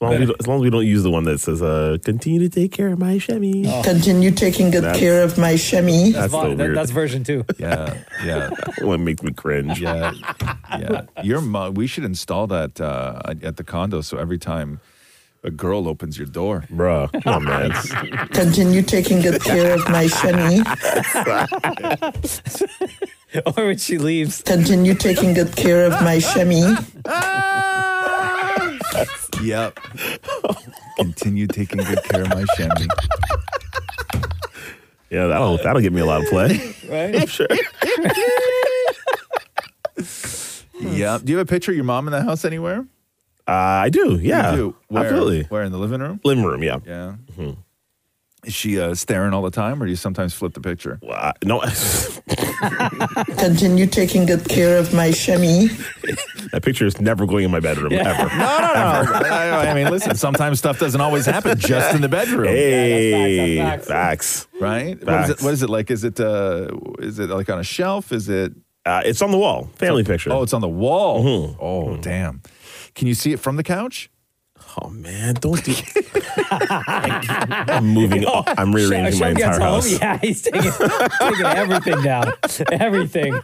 S8: long as, we don't, as long as we don't use the one that says uh, "continue to take care of my Shemmy."
S9: Oh. Continue taking good
S8: Oh. That's-
S9: care of my Shemmy.
S8: That's, the weird.
S3: version two.
S2: Yeah, yeah.
S8: one makes me cringe.
S2: Yeah, yeah. Your mom. We should install that uh, at the condo. So every time a girl opens your door,
S8: bro, come on, man.
S9: Continue taking good care of my Shemmy.
S3: or when she leaves.
S9: Continue taking good care of my Shemmy.
S2: yep. Continue taking good care of my chamois.
S8: Yeah, that'll that'll get me a lot of play.
S3: Right?
S8: sure.
S2: Yep. Do you have a picture of your mom in the house anywhere?
S8: Uh, I do. Yeah,
S2: You do? Where?
S8: absolutely.
S2: Where in the living room?
S8: Living room. Yeah. Mm-hmm.
S2: Yeah. Is she uh, staring all the time, or do you sometimes flip the picture?
S8: no.
S9: Continue taking good care of my Shemmy.
S8: That picture is never going in my bedroom
S9: Yeah.
S8: ever.
S2: No, no, no. I, I mean, listen, sometimes stuff doesn't always happen just in the bedroom.
S8: Hey, facts,
S2: Right? What, is
S8: Facts.
S2: it, what is it like? Is it uh, is it like on a shelf? Is it?
S8: Uh, it's on the wall. Family picture. Mm-hmm.
S2: Oh, it's on the wall. Oh, damn. Can you see it from the couch?
S8: Oh man, don't do. I'm moving. all- I'm rearranging my
S3: Sean gets
S8: entire
S3: home,
S8: house.
S3: Yeah, he's taking, taking everything down. Everything.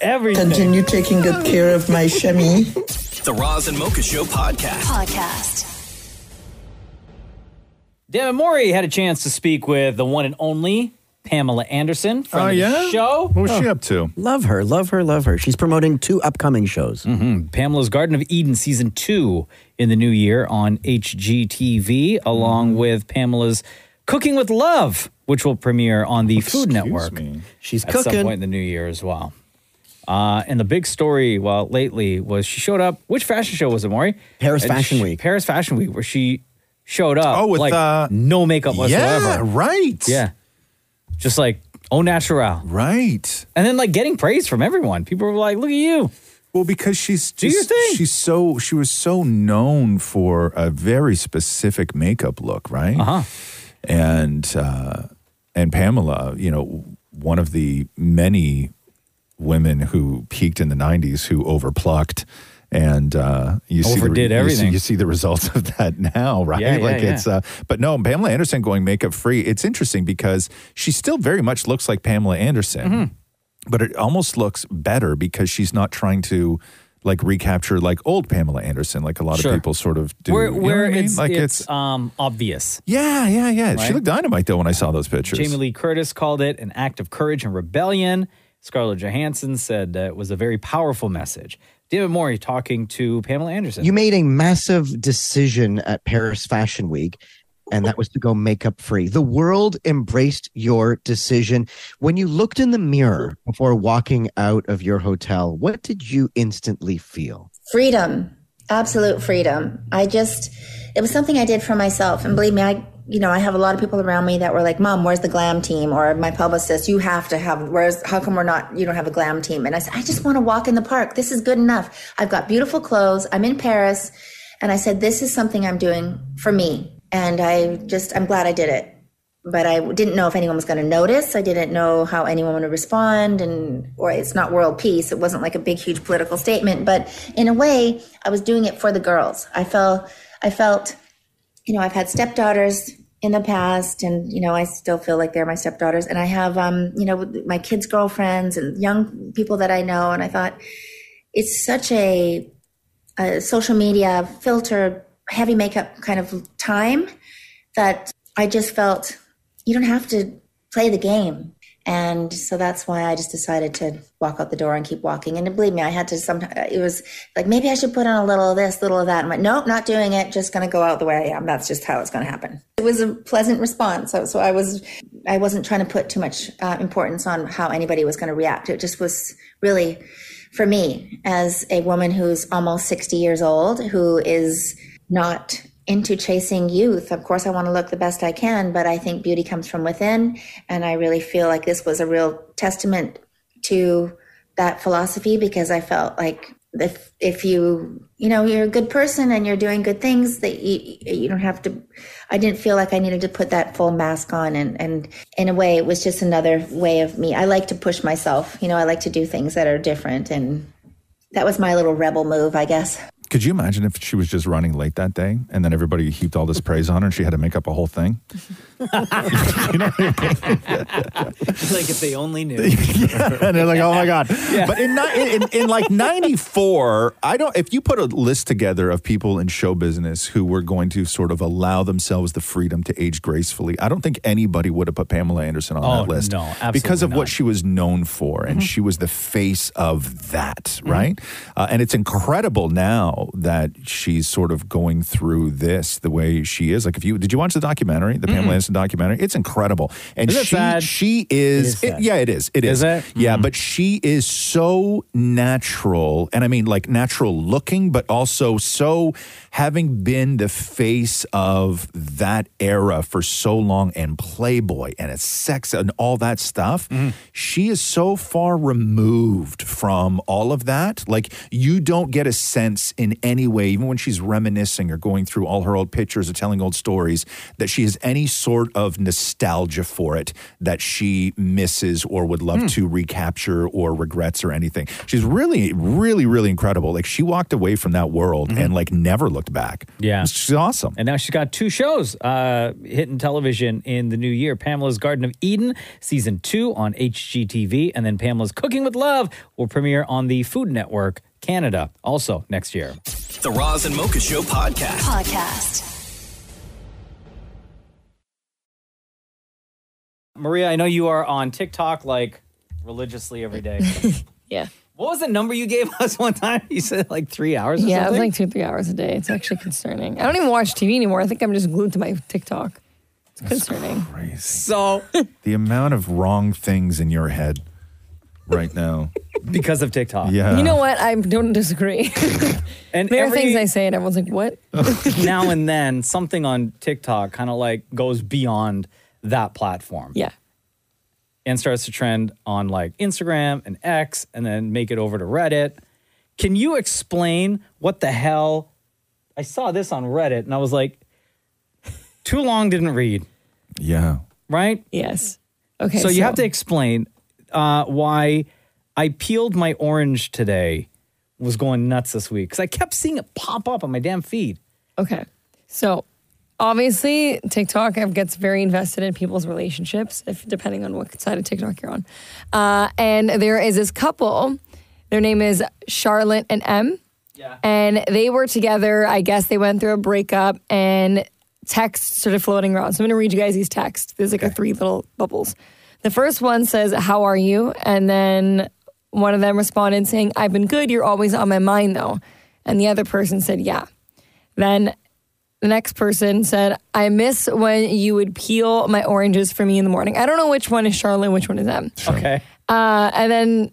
S3: Everything.
S9: Continue taking good care of my Shemmy.
S4: The Roz and Mocha Show podcast.
S5: Podcast.
S3: Devin Morey had a chance to speak with the one and only Pamela Anderson from
S7: Oh, yeah?
S3: the show.
S7: What was she
S2: up to?
S7: Oh. Love her, love her, love her. She's promoting two upcoming shows.
S2: Mm-hmm.
S3: hmm Pamela's Garden of Eden season two in the new year on HGTV, along with Pamela's Cooking with Love, which will premiere on the Food Network.
S7: She's
S3: at
S7: cooking.
S3: some point in the new year as well. Uh, and the big story, well, lately was she showed up. Which fashion show was it, Maury?
S7: Paris
S3: And
S7: Fashion
S3: she-
S7: Week.
S3: Paris Fashion Week, where she showed up.
S7: Oh, with,
S3: like,
S7: uh,
S3: no makeup whatsoever.
S7: yeah,
S2: right.
S3: Yeah, just like au naturel.
S2: Right.
S3: And then like getting praise from everyone. People were like, "Look at you."
S2: Well, because she's
S3: do your
S2: just-
S3: thing.
S2: She's so she was so known for a very specific makeup look, right? Uh-huh. And uh, and Pamela, you know, one of the many women who peaked in the '90s who overplucked. And uh, you see the
S3: Overdid
S2: you see- You
S3: everything.
S2: see, the results of that now, right?
S3: Yeah, yeah,
S2: like it's,
S3: yeah.
S2: uh, but no, Pamela Anderson going makeup free. It's interesting because she still very much looks like Pamela Anderson
S3: Mm-hmm.
S2: but it almost looks better because she's not trying to like recapture like old Pamela Anderson, like a lot
S3: Sure.
S2: of people sort of do.
S3: where
S2: You know
S3: where
S2: what I mean?
S3: it's,
S2: like
S3: it's,
S2: it's,
S3: um obvious.
S2: yeah, yeah, yeah. She
S3: Right?
S2: looked dynamite though when I saw those pictures.
S3: Jamie Lee Curtis called it an act of courage and rebellion. Scarlett Johansson said uh, it was a very powerful message. David Morey talking to Pamela Anderson.
S7: You made a massive decision at Paris Fashion Week, and that was to go makeup free. The world embraced your decision. When you looked in the mirror before walking out of your hotel, what did you instantly feel?
S14: freedom absolute freedom i just it was something i did for myself and believe me i you know i have a lot of people around me that were like mom where's the glam team or my publicist you have to have where's how come we're not you don't have a glam team and i said i just want to walk in the park this is good enough i've got beautiful clothes i'm in paris and i said this is something i'm doing for me and i just i'm glad i did it but i didn't know if anyone was going to notice i didn't know how anyone would respond and or it's not world peace it wasn't like a big huge political statement but in a way i was doing it for the girls i felt i felt you know i've had stepdaughters in the past and you know i still feel like they're my stepdaughters and i have um you know my kids girlfriends and young people that i know and i thought it's such a uh, social media filter, heavy makeup kind of time that I just felt you don't have to play the game. And so that's why I just decided to walk out the door and keep walking. And believe me, I had to sometimes, it was like, maybe I should put on a little of this, little of that. I'm like, nope, not doing it. Just going to go out the way I am. That's just how it's going to happen. It was a pleasant response. So, so I was, I wasn't trying to put too much uh, importance on how anybody was going to react. It just was really for me as a woman who's almost 60 years old, who is not into chasing youth. Of course, I want to look the best I can, but I think beauty comes from within. And I really feel like this was a real testament to that philosophy because I felt like if if you you know you're a good person and you're doing good things that you you don't have to I didn't feel like I needed to put that full mask on and and in a way it was just another way of me I like to push myself you know I like to do things that are different and that was my little rebel move I guess
S2: Could you imagine if she was just running late that day and then everybody heaped all this praise on her and she had to make up a whole thing? you know what I mean?
S3: like if they only knew.
S2: and they're like, oh my God.
S3: But
S2: in, ni- in, in like 94, I don't, if you put a list together of people in show business who were going to sort of allow themselves the freedom to age gracefully, I don't think anybody would have put Pamela Anderson on
S3: Oh,
S2: that list.
S3: no, absolutely
S2: Because of
S3: not.
S2: what she was known for. And
S3: Mhm.
S2: she was the face of that,
S3: Mm-hmm.
S2: right? Uh, and it's incredible now that she's sort of going through this the way she is. Like, if you, did you watch the documentary, the Pamela
S3: Mm-mm.
S2: Anderson documentary? It's incredible. And
S3: Isn't it
S2: she,
S3: sad?
S2: she is,
S3: It is
S2: it-
S3: sad.
S2: yeah, it is. It is.
S3: Is it?
S2: Yeah, but she is so natural. And I mean, like natural looking, but also so having been the face of that era for so long and Playboy and it's sex and all that stuff. She is so far removed from all of that. Like, you don't get a sense in any way, even when she's reminiscing or going through all her old pictures or telling old stories, that she has any sort of nostalgia for it that she misses or would
S3: Hmm.
S2: love to recapture or regrets or anything. She's really, really, really incredible. Like she walked away from that world
S3: Mm-hmm.
S2: and like never looked back.
S3: Yeah.
S2: She's awesome.
S3: And now she's got two shows uh, hitting television in the new year Pamela's Garden of Eden, season two on HGTV, and then Pamela's Cooking with Love will premiere on the Food Network Canada also next year.
S4: The Roz and Mocha Show podcast.
S5: Podcast.
S3: Maria, I know you are on TikTok like religiously every day.
S6: yeah.
S3: What was the number you gave us one time? You said like three hours or
S6: Yeah, it's
S3: something?
S6: like two, three hours a day. It's actually concerning. I don't even watch TV anymore. I think I'm just glued to my TikTok. It's concerning.
S3: So
S2: the amount of wrong things in your head right now
S3: because of TikTok.
S2: Yeah.
S6: you know what? I don't disagree.
S3: and
S6: there
S3: every-
S6: are things I say, and everyone's like, "What?"
S3: now and then something on TikTok kind of like goes beyond that platform.
S6: Yeah.
S3: And starts to trend on like Instagram and X and then make it over to Reddit. Can you explain what the hell? I saw this on Reddit and I was like, too long didn't read.
S2: Yeah.
S3: Right?
S6: Yes. Okay,
S3: So, you
S6: so-
S3: have to explain uh, why I peeled my orange today was going nuts this week because I kept seeing it pop up on my damn feed.
S6: Okay. So obviously TikTok gets very invested in people's relationships, if depending on what side of TikTok you're on. Uh, and there is this couple. Their name is Charlotte and M. Yeah. And they were together. I guess they went through a breakup and texts started floating around. So I'm going to read you guys these texts. There's like a three little bubbles. The first one says, How are you? And then one of them responded saying, I've been good. You're always on my mind though. And the other person said, Yeah. Then the next person said, I miss when you would peel my oranges for me in the morning. I don't know which one is Charlotte, which one is them.
S3: Okay.
S6: Uh, and then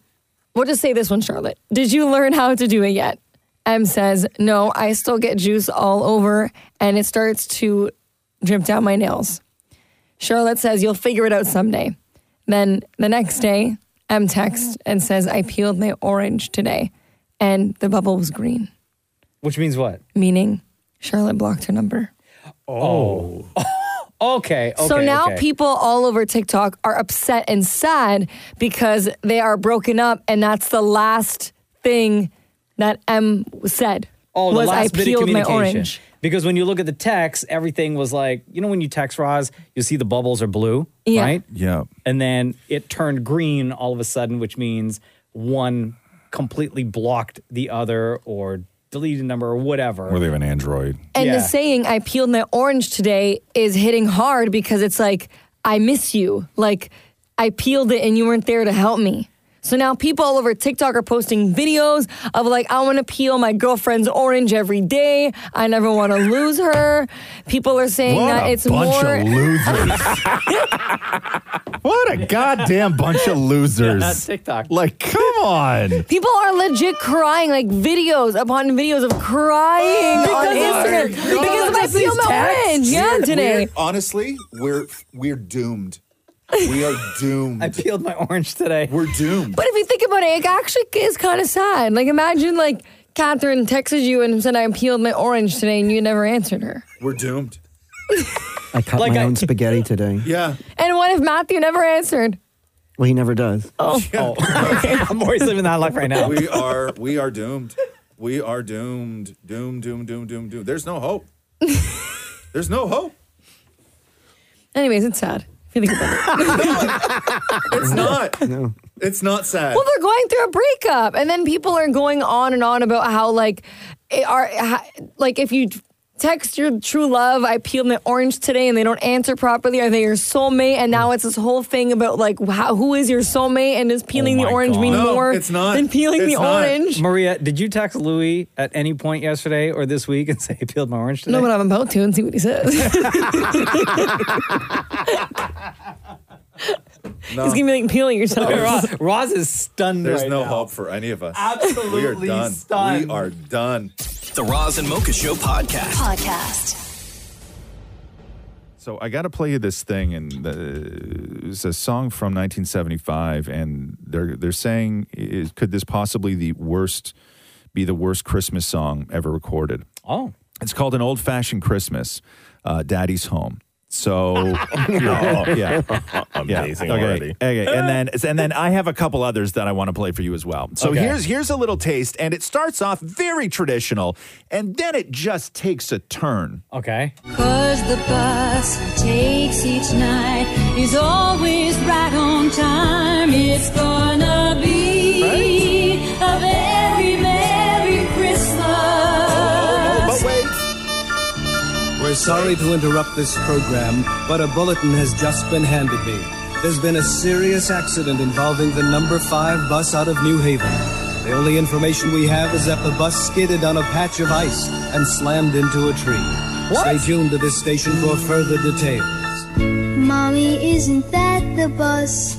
S6: we'll just say this one, Charlotte. Did you learn how to do it yet? M says, No, I still get juice all over and it starts to drip down my nails. Charlotte says, You'll figure it out someday. Then the next day, M texts and says, I peeled my orange today and the bubble was green,
S3: Which means what?
S6: meaning Charlotte blocked her number.
S3: Oh. okay, okay.
S6: so now
S3: okay.
S6: people all over TikTok are upset and sad because they are broken up, and that's the last thing that M said.
S3: Oh, the
S6: was
S3: last
S6: I
S3: bit of
S6: peeled my
S3: communication.
S6: orange?
S3: Because when you look at the text, everything was like, you know, when you text Roz, you see the bubbles are blue,
S6: Yeah.
S3: right?
S2: Yeah.
S3: And then it turned green all of a sudden, which means one completely blocked the other or deleted number or whatever. Or
S2: they have an Android.
S6: And the saying, I peeled my orange today, is hitting hard because it's like, I miss you. Like, I peeled it and you weren't there to help me. So now people all over TikTok are posting videos of like, I want to peel my girlfriend's orange every day. I never want to lose her. People are saying
S2: What
S6: that
S2: a
S6: it's
S2: bunch
S6: more.
S2: of losers. what a goddamn bunch of losers.
S3: Yeah, TikTok.
S2: Like, come on.
S6: People are legit crying, like videos upon videos of crying
S15: Oh,
S6: on
S15: because
S6: Instagram
S15: it's-
S6: because of
S15: Look
S6: I
S15: at these
S6: feel my
S15: texts.
S6: orange. Yeah,
S15: We're-
S6: today.
S15: we're- honestly, we're we're doomed. We are doomed. I
S3: peeled my orange today.
S15: We're doomed.
S6: But if you think about it, it actually is kind of sad. Like imagine like Catherine texted you and said, "I peeled my orange today," and you never answered her.
S15: We're doomed.
S7: I cut my own spaghetti today.
S15: Yeah.
S6: And what if Matthew never answered?
S7: Well, he never does.
S6: Oh,
S3: I'm always living that life right now.
S15: We are we are doomed. We are doomed. Doom, doom, doom, doom, doom. There's no hope. There's no hope.
S6: Anyways, it's sad. If you think about it.
S15: It's not.
S7: No.
S15: It's not sad.
S6: well, they're going through a breakup, and then people are going on and on about how like it are ha- like if you. Text your true love. I peeled my orange today, and they don't answer properly. Are they your soulmate? And now it's this whole thing about like how, who is your soulmate, and does peeling the orange mean more than peeling the orange?
S3: Oh Maria, did you text Louis at any point yesterday or this week and say, I peeled my orange today?
S6: No, but I'm about to and see what he says.
S15: No.
S6: He's gonna be like peeling yourself.
S15: Roz-
S3: Roz is stunned.
S15: There's
S3: right
S15: no
S3: now.
S15: hope for any of us. we are
S3: Absolutely
S15: done.
S3: stunned.
S15: We are done.
S4: The Roz and Mocha Show podcast.
S5: Podcast.
S2: So I got to play you this thing, and the, it's a song from 1975, and they're they're saying is, could this possibly the worst be the worst Christmas song ever recorded?
S3: Oh,
S2: it's called an old fashioned Christmas, uh, Daddy's Home. So yeah, yeah.
S8: Oh, Amazing
S2: yeah. Okay.
S8: already.
S2: Okay, and then and then I have a couple others that I want to play for you as well. So
S8: Okay.
S2: here's here's a little taste, and it starts off very traditional, and then it just takes a turn.
S3: Okay.
S16: Cause the bus takes each night is always right on time. It's gonna be a very
S17: Oh,
S16: merry Christmas.
S17: But wait. We're sorry to interrupt this program, but a bulletin has just been handed me. There's been a serious accident involving the number 5 bus out of New Haven. The only information we have is that the bus skidded on a patch of ice and slammed into a tree. Stay tuned to this station for further details.
S18: Mommy, isn't that the bus?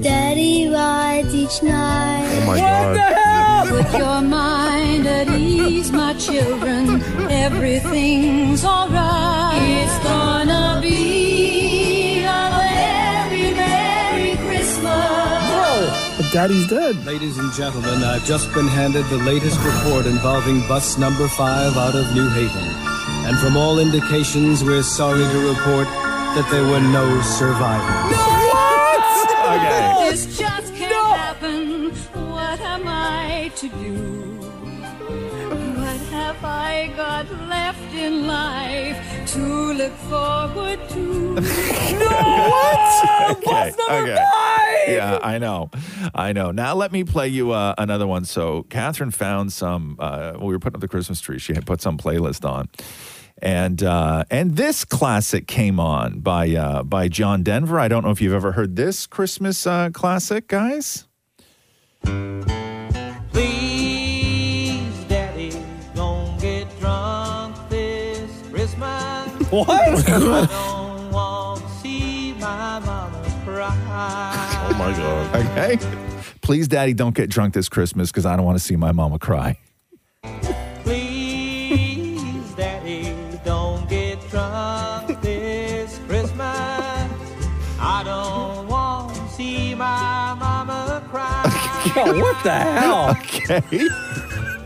S18: Daddy rides each night.
S17: Oh my What God. the
S16: Put your mind at ease, my children. Everything's alright. It's gonna be a very merry Christmas.
S17: But Daddy's dead. Ladies and gentlemen, I've just been handed the latest report involving bus number five out of New Haven. And from all indications, we're sorry to report that there were no survivors.
S16: What?
S17: Okay.
S16: This just can't happen. What am I to do? What have I got left in life to look forward to? no!
S2: What?
S16: Bus number
S2: five. Yeah, I know. I know. Now let me play you uh, another one. So Catherine found some. Uh, when we were putting up the Christmas tree. She had put some playlist on, and uh, and this classic came on by uh, by John Denver. I don't know if you've ever heard this Christmas uh, classic, guys.
S19: Please, Daddy, don't get drunk this Christmas.
S3: What?
S19: I don't want to see my mama cry.
S2: Oh my god. Okay. Please, Daddy, don't get drunk this Christmas because I don't want to see my mama cry.
S19: Please, Daddy, don't get drunk this Christmas. I don't want to see my mama cry.
S3: Yo, what the hell?
S2: okay.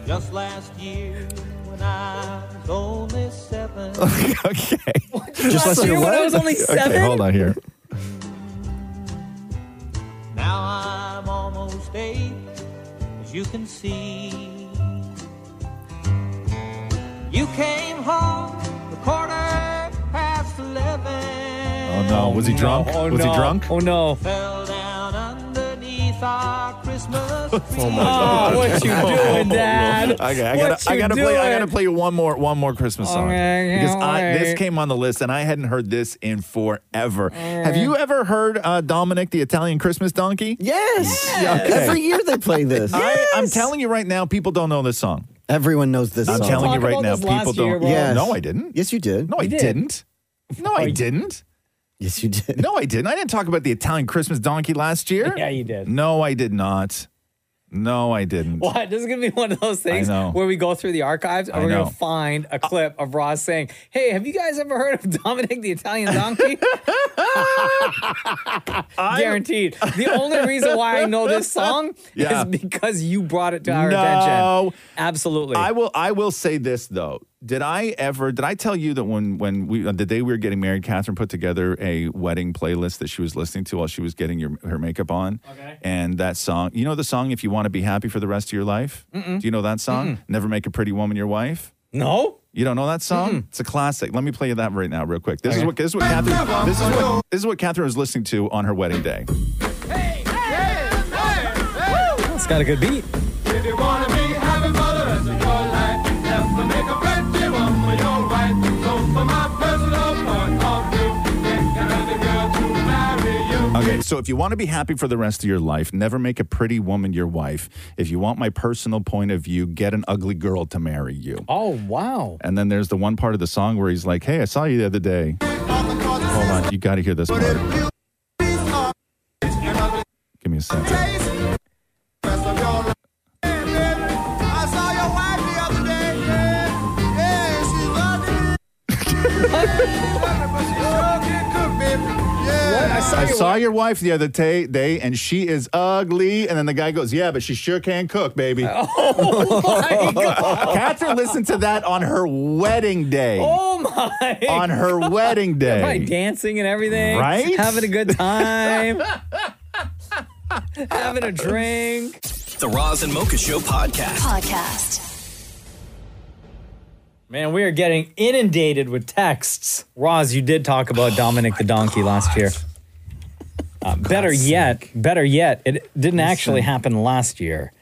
S19: Just last year, when I was only seven.
S2: okay.
S19: Just last year when I was only
S2: Okay,
S19: seven?
S2: hold on here.
S19: Now I'm almost eight, as you can see. You came home the quarter past eleven.
S2: Oh no, was he drunk?
S3: Oh,
S2: was
S3: no.
S2: he drunk?
S3: Oh no.
S19: Fell down underneath our Christmas tree.
S2: Oh, what you doing?
S3: doing, Dad?
S2: Okay, I
S3: What
S2: gotta, I
S3: you
S2: gotta play. I gotta
S3: doing?
S2: play you one more, one more Christmas song
S3: Okay,
S2: because I,
S3: alright.
S2: this came on the list and I hadn't heard this in forever. Have you ever heard uh, Dominic the Italian Christmas Donkey?
S20: Yes.
S2: Okay.
S20: Every year they play this.
S2: I, I'm telling you right now, people don't know this song.
S20: Everyone knows this.
S2: I'm
S20: song.
S2: telling you right now, people don't.
S20: Yes.
S2: No, I didn't.
S20: Yes, you did.
S2: No, I didn't. No, I didn't.
S20: Yes, you did.
S2: No, I didn't. I didn't talk about the Italian Christmas donkey last year.
S3: Yeah, you did.
S2: No, I did not. No, I didn't.
S3: What? This is gonna be one of those things
S2: know.
S3: where we go through the archives and
S2: I
S3: we're
S2: know.
S3: gonna find a clip of Ross saying, "Hey, have you guys ever heard of Dominic the Italian Donkey?" Guaranteed. The only reason why I know this song
S2: Yeah.
S3: is because you brought it to our
S2: no.
S3: attention. Absolutely.
S2: I will. I will say this though. Did I ever? Did I tell you that when when we on the day we were getting married, Catherine put together a wedding playlist that she was listening to while she was getting your, her makeup on. Okay. And that song, you know the song "If You Want to Be Happy for the Rest of Your Life."
S3: Mm-mm.
S2: Do you know that song? "Never Make a Pretty Woman Your Wife."
S3: No.
S2: You don't know that song? It's a classic. Let me play you that right now, real quick. This is what this is what Catherine this is what this is what Catherine was listening to on her wedding day.
S3: It's got a good beat.
S21: If you wanna be happy for the rest of your life, never make a pretty woman your wife. So for my personal point of view, think another girl to marry you.
S2: Okay, so if you want to be happy for the rest of your life, never make a pretty woman your wife. If you want my personal point of view, get an ugly girl to marry you.
S3: Oh, wow.
S2: And then there's the one part of the song where he's like, "Hey, I saw you the other day." Hold on, you got to hear this part. Give me a second.
S21: I saw your wife the other day. Yeah, yeah, she's ugly. but she sure can cook, baby. Yeah.
S2: I saw your wife the other ta- day, and she is ugly. And then the guy goes, "Yeah, but she sure can cook, baby."
S3: Oh my God.
S2: Catherine listened to that on her wedding day.
S3: Oh my!
S2: On her wedding day.
S3: Probably dancing and everything.
S2: Right?
S3: Having a good time. having a drink.
S4: The Roz and Mocha Show podcast.
S5: Podcast.
S3: Man, we are getting inundated with texts. Roz, you did talk about Dominic the Donkey last year. Uh, better yet, better yet, it didn't actually happen last year.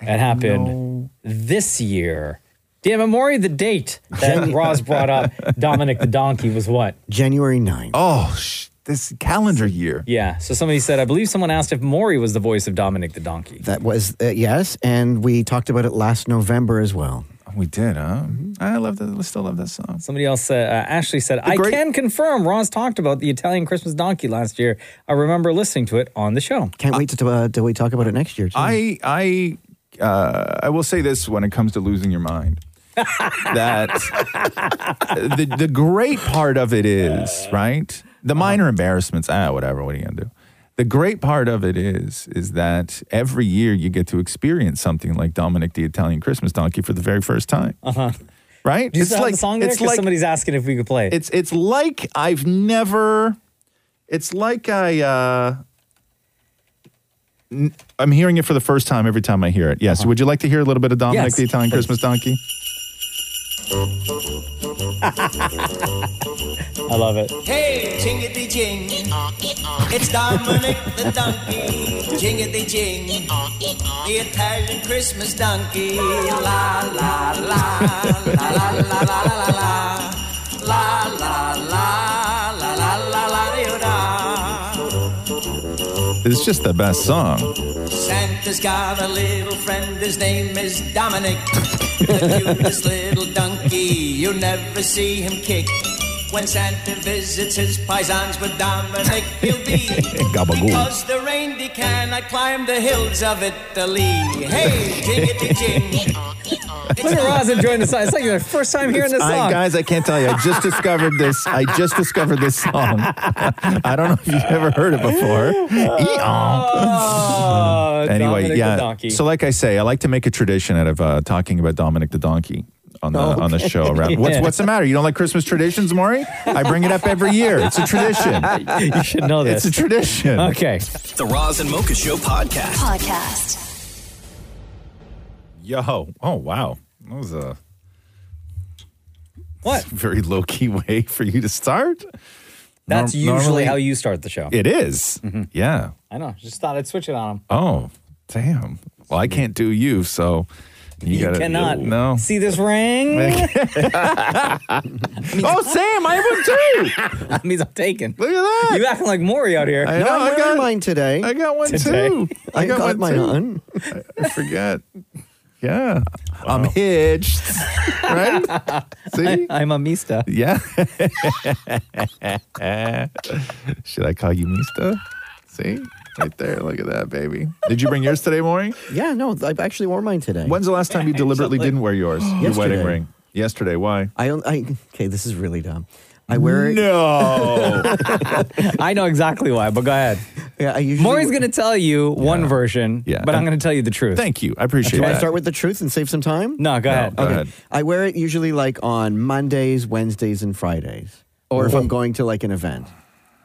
S3: It happened this year. Damn it, Maury, the date that Roz brought up, Dominic the Donkey, was what?
S20: January 9th.
S2: Oh, sh- this calendar year.
S3: Yeah. So somebody said, I believe someone asked if Maury was the voice of Dominic the Donkey.
S20: That was uh, yes, and we talked about it last November as well. Mm-hmm.
S2: We did, huh? I love that. I still love that song.
S3: Somebody else, uh, uh, Ashley said, I can confirm Roz talked about the Italian Christmas donkey last year. I remember listening to it on the show.
S20: Can't wait to uh, till we talk about it next year. Too.
S2: I I uh, I will say this when it comes to losing your mind. that the the great part of it is right. The minor embarrassments, ah, whatever. What are you gonna do? The great part of it is is that every year you get to experience something like Dominic the Italian Christmas Donkey for the very first time. Uh huh. Right?
S3: Do Uh-huh. you still have the song there? 'Cause somebody's asking if we could play it.
S2: It's it's like I've never. It's like I. Uh, n- I'm hearing it for the first time every time I hear it. Yes. Would you like to hear a little bit of Dominic
S13: Yes,
S2: the Italian
S13: please.
S2: Christmas Donkey?
S3: I love it.
S13: Hey, jingity jing. It's Dominic the donkey. Jingity jing. The Italian Christmas donkey. La la la. La la la la la la la. La la la la la la la dee, da.
S2: It's just the best song.
S13: Santa's got a little friend, his name is Dominic. The cutest little donkey, you never see him kick. When Santa visits his paisans with Dominic, he'll be.
S2: Gabagool.
S13: Because the reindeer cannot climb the hills of Italy. Hey, jingity jing.
S3: Look at Roz enjoying the song. It's like their first time hearing this
S2: I-
S3: song.
S2: guys, I can't tell you. I just discovered this. I just discovered this song. I don't know if
S3: Uh,
S2: you've ever heard it before.
S3: Oh,
S2: anyway,
S3: Dominic the
S2: yeah.
S3: Donkey.
S2: So, like I say, I like to make a tradition out of uh, talking about Dominic the Donkey on the on the show. Around. What's
S3: Yeah.
S2: what's the matter? You don't like Christmas traditions, Maury? I bring it up every year. It's a tradition.
S3: You should know this.
S2: It's a tradition.
S3: Okay.
S4: The Roz and Mocha Show podcast.
S5: Podcast.
S2: Yo. Oh wow. That was a
S3: what
S2: very low key way for you to start.
S3: That's
S2: Norm- normally-
S3: usually how you start the show. Mm-hmm.
S2: It is. Yeah.
S3: I know. Just thought I'd switch it on him.
S2: Oh, damn. Well, I can't do you, so You, gotta-
S3: cannot.
S2: No.
S3: See this ring? oh,
S20: Sam, I have
S3: one too. that means I'm taken.
S20: Look at that.
S3: You acting like Maury out here.
S20: I know, I'm wearing mine today. I
S2: got one
S3: Today. too.
S20: I,
S3: I
S20: got,
S3: got one
S20: mine
S3: too.
S20: on.
S2: I forget. Yeah. I'm hitched. Right? See?
S3: I, am a Mista.
S2: Yeah. Should I call you Mista? See? Right there. Look at that, baby. Did you bring yours today, Maury?
S20: Yeah, no, I actually wore mine today.
S2: When's the last time you deliberately didn't wear yours? Your
S20: Yesterday.
S2: wedding ring. Yesterday. Why?
S20: I don't. I okay. This is really dumb. I wear it.
S2: No.
S3: I know exactly why, but go ahead.
S20: Yeah, I usually
S3: Maury's going to tell you one version, yeah. but I'm going to tell you the truth.
S2: Thank you. I
S20: Can I start with the truth and save some time?
S3: No, go No, ahead. go
S20: okay.
S3: ahead.
S20: I wear it usually like on Mondays, Wednesdays, and Fridays, or if I'm going to like an event.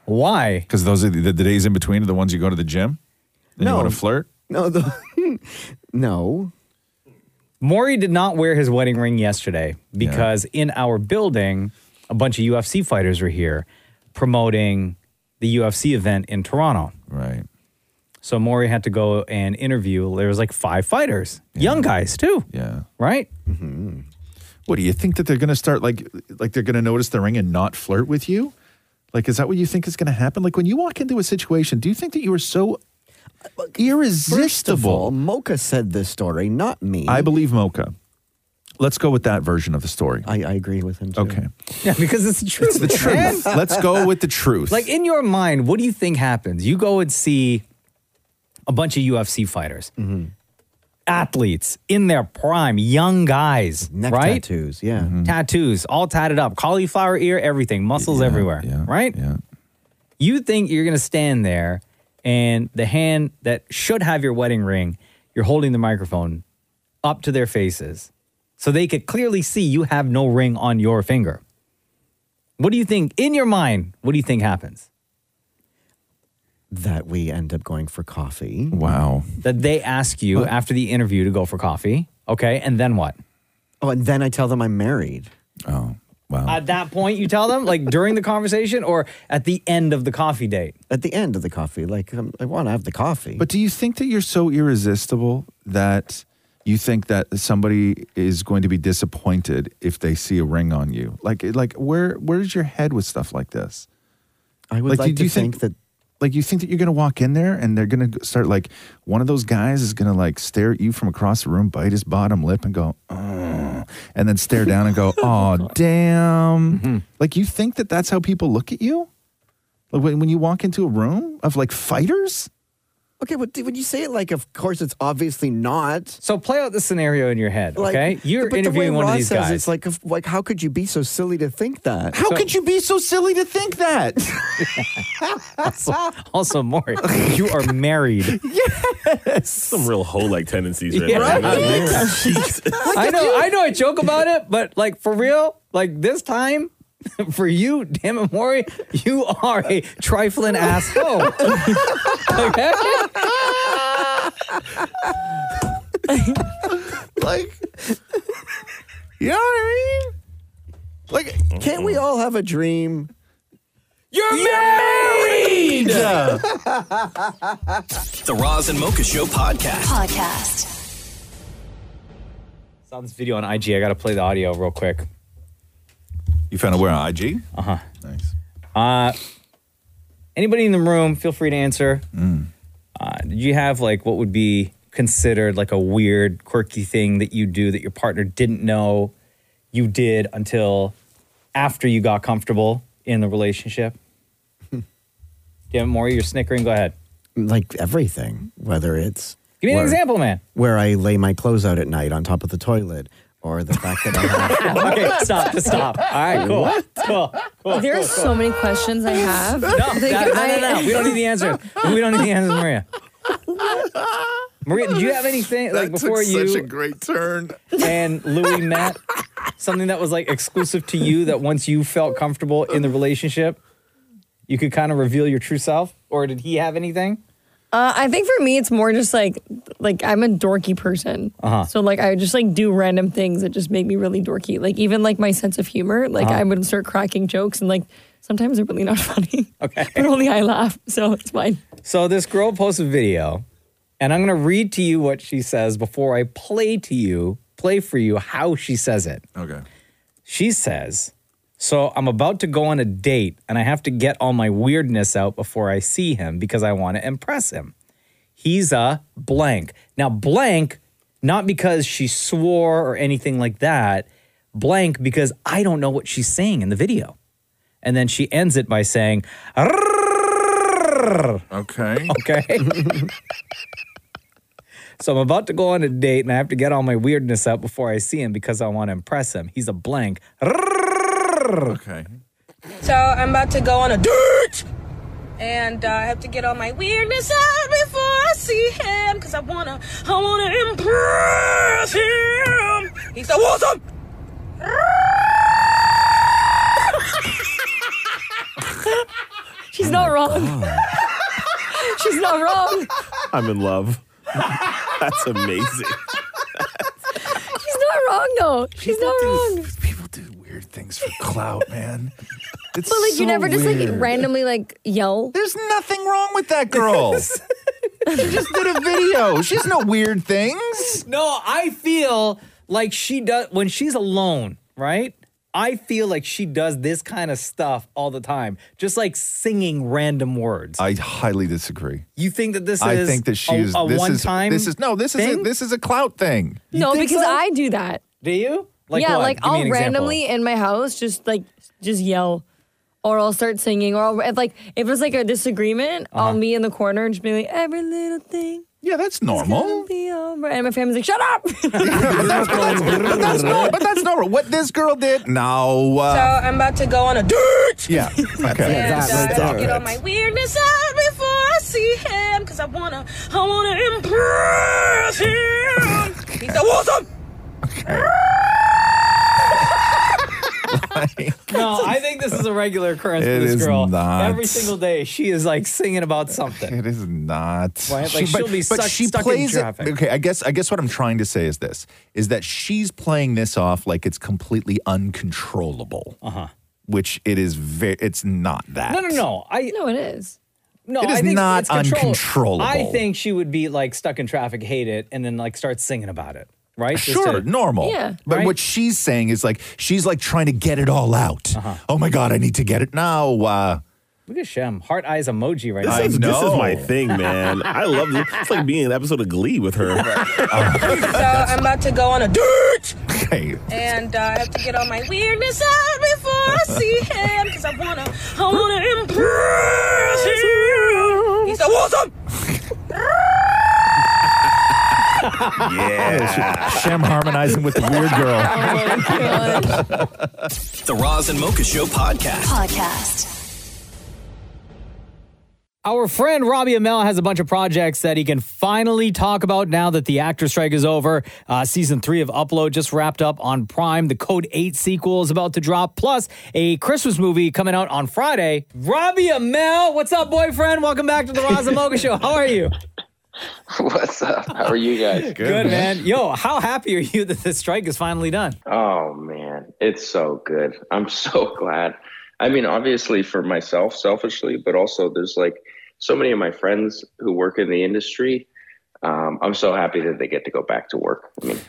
S3: Why?
S2: Because those are the, the days in between are the ones you go to the gym. And
S20: No.
S2: You want to flirt?
S20: No, the, no.
S3: Maury did not wear his wedding ring yesterday because in our building, a bunch of UFC fighters were here promoting the UFC event in Toronto.
S2: Right.
S3: So Maury had to go and interview. There was like five fighters, young guys too.
S2: Yeah.
S3: Right.
S2: Mm-hmm. What do you think that they're going to start like like they're going to notice the ring and not flirt with you? Like is that what you think is going to happen? Like when you walk into a situation, do you think that you are so irresistible?
S20: First of all, Mocha said this story, not me.
S2: I believe Mocha. Let's go with that version of the story.
S20: I, I agree with him. Too.
S2: Okay.
S3: Yeah, because it's the truth.
S2: The truth.
S3: man.
S2: Let's go with the truth.
S3: Like in your mind, what do you think happens? You go and see a bunch of UFC fighters,
S20: Mm-hmm.
S3: athletes in their prime, young guys,
S20: Neck
S3: right? Mm-hmm.
S20: tattoos, yeah,
S3: tattoos, all tatted up, cauliflower ear, everything, muscles everywhere, right?
S2: Yeah.
S3: You think you're gonna stand there, and the hand that should have your wedding ring, you're holding the microphone up to their faces, so they could clearly see you have no ring on your finger. What do you think in your mind? What do you think happens?
S20: that we end up going for coffee.
S2: Wow.
S3: That they ask you after the interview to go for coffee, okay, and then what?
S20: Oh, and then I tell them I'm married.
S2: Oh, wow.
S3: At that point, you tell them, like during the conversation or at the end of the coffee date?
S20: At the end of the coffee, like um, I want to have the coffee.
S2: But do you think that you're so irresistible that you think that somebody is going to be disappointed if they see a ring on you? Like, like where where's your head with stuff like this?
S20: I would like to think that-
S2: Like, you think that you're going to walk in there and they're going to start like one of those guys is going to like stare at you from across the room, bite his bottom lip, and go, oh, and then stare down and go, oh damn.
S20: Mm-hmm.
S2: Like, you think that that's how people look at you? Like when, when you walk into a room of like fighters.
S20: okay, but d- when you say it like, of course, it's obviously not.
S3: So play out the scenario in your head,
S20: Like,
S3: okay? You're
S20: but the way
S3: interviewing one
S20: Ross
S3: of these
S20: says,
S3: guys.
S20: It's like, if- like, how could you be so silly to think that?
S2: How could you be so silly to think that?
S3: also, also, Maury, you are married.
S8: Some real hoe like tendencies right
S3: Yeah.
S8: now.
S3: Right? I know, I know, I joke about it, but like for real, like this time. For you, damn it, Maury, you are a trifling asshole. okay?
S2: like, you know what I mean? Like,
S20: can't we all have a dream?
S3: You're married!
S4: The Roz and Mocha Show podcast.
S5: Podcast.
S3: Saw this video on IG. I got to play the audio real quick.
S2: You found out where on IG?
S3: Uh huh.
S2: Nice.
S3: Uh, anybody in the room, feel free to answer.
S2: Mm.
S3: Uh, did you have like what would be considered like a weird, quirky thing that you do that your partner didn't know you did until after you got comfortable in the relationship? Yeah, Maury, you're snickering. Go ahead.
S20: Like everything, whether it's
S3: Give me an
S20: where-
S3: example, man.
S20: where I lay my clothes out at night on top of the toilet, or the fact that I have
S3: okay, stop. Just stop. All right, cool.
S20: What?
S3: Cool. cool
S6: there are
S3: cool,
S6: so many questions I have.
S3: cool. No,
S6: Like,
S3: that- no, no,
S6: I-
S3: no. We don't need the answers. We don't need the answers, Maria. Maria, did you have anything like before you?
S2: great turn.
S3: and Louis met something that was like exclusive to you that once you felt comfortable in the relationship, you could kind of reveal your true self? Or did he have anything?
S6: Uh, I think for me, it's more just like like I'm a dorky person,
S3: Uh-huh.
S6: so like I just like do random things that just make me really dorky. Like even like my sense of humor, like
S3: Uh-huh.
S6: I would start cracking jokes, and like sometimes they're really not funny. Okay, but only I laugh, so it's fine.
S3: So this girl posts a video, and I'm going to read to you what she says before I play to you play for you how she says it.
S15: Okay.
S3: She says, So I'm about to go on a date and I have to get all my weirdness out before I see him because I want to impress him. He's a blank. Now, blank, not because she swore or anything like that, blank because I don't know what she's saying in the video. And then she ends it by saying,
S15: Okay.
S3: Okay. so I'm about to go on a date and I have to get all my weirdness out before I see him because I want to impress him. He's a blank.
S15: Okay.
S22: So I'm about to go on a date, and uh, I have to get all my weirdness out before I see him, cause I wanna, I wanna impress him. He's so awesome.
S6: She's not
S8: Oh.
S6: wrong. She's not wrong.
S8: I'm in love. That's amazing.
S6: She's not wrong though. She's not wrong.
S2: Weird things for clout, man. It's
S6: but like
S2: so
S6: you never just
S2: weird.
S6: like randomly like yell.
S2: There's nothing wrong with that girl. she just did a video. She's no weird things.
S3: No, I feel like she does when she's alone, right? I feel like she does this kind of stuff all the time, just like singing random words.
S2: I highly disagree.
S3: you think that this
S2: I
S3: is
S2: think that she
S3: a,
S2: is-
S3: a
S2: this is-
S3: one-time?
S2: this is- no, this is a- this is a clout thing.
S6: no, because I do that.
S3: Do you?
S6: yeah,
S3: what?
S6: like
S3: Give me
S6: I'll
S3: an example.
S6: randomly in my house just like just yell, or I'll start singing, or I'll, if like if it's like a disagreement,
S3: Uh-huh.
S6: I'll be in the corner and just be like every little thing.
S2: Yeah, that's
S6: normal. Be all right. And my family's like, shut up.
S2: But that's not. But that's not what this girl did. No.
S22: so
S2: Uh,
S22: I'm about to go on a date,
S2: yeah. Okay.
S22: and uh, I have to get all my weirdness out before I see him, cause I wanna, I wanna impress him. He's so awesome.
S3: No, I think this is a regular occurrence
S2: It
S3: for this
S2: is
S3: girl.
S2: not.
S3: Every single day, she is like singing about something.
S2: It is not.
S3: Right? Like she, will be stuck, stuck in traffic.
S2: It, okay, I guess I guess what I'm trying to say is this: is that she's playing this off like it's completely uncontrollable, uh-huh. which it is. Very, it's not that.
S3: No, no, no. I
S6: no, it is.
S3: No,
S2: It is
S3: I think
S2: not
S3: it's controllable.
S2: uncontrollable.
S3: I think she would be like stuck in traffic, hate it, and then like start singing about it. Right? Just
S2: Sure,
S3: to-
S2: normal. But
S3: Right?
S2: what she's saying is like she's like trying to get it all out.
S3: Uh-huh.
S2: Oh my god, I need to get it now. Uh,
S3: Look at Shem. Heart eyes emoji right
S2: This
S3: now.
S2: is- this is
S8: My thing, man. I love this. It's like being an episode of Glee with her.
S22: So I'm about to go on a date,
S2: Okay.
S22: and uh, I have to get all my weirdness out before I see him, cause I wanna, I wanna impress him. He's so awesome.
S2: yeah. Shem harmonizing with the weird girl.
S4: The Roz and Mocha Show podcast.
S5: Podcast.
S3: Our friend Robbie Amell has a bunch of projects that he can finally talk about now that the actor strike is over. Uh, season three of Upload just wrapped up on Prime. The Code 8 sequel is about to drop, plus a Christmas movie coming out on Friday. Robbie Amell, what's up, boyfriend? Welcome back to the Roz and Mocha Show. How are you?
S23: What's up? How are you guys?
S3: Good, man. Yo, how happy are you that the strike is finally done?
S23: Oh man, it's so good. I'm so glad. I mean, obviously for myself, selfishly, but also there's like so many of my friends who work in the industry. Um, I'm so happy that they get to go back to work. I mean,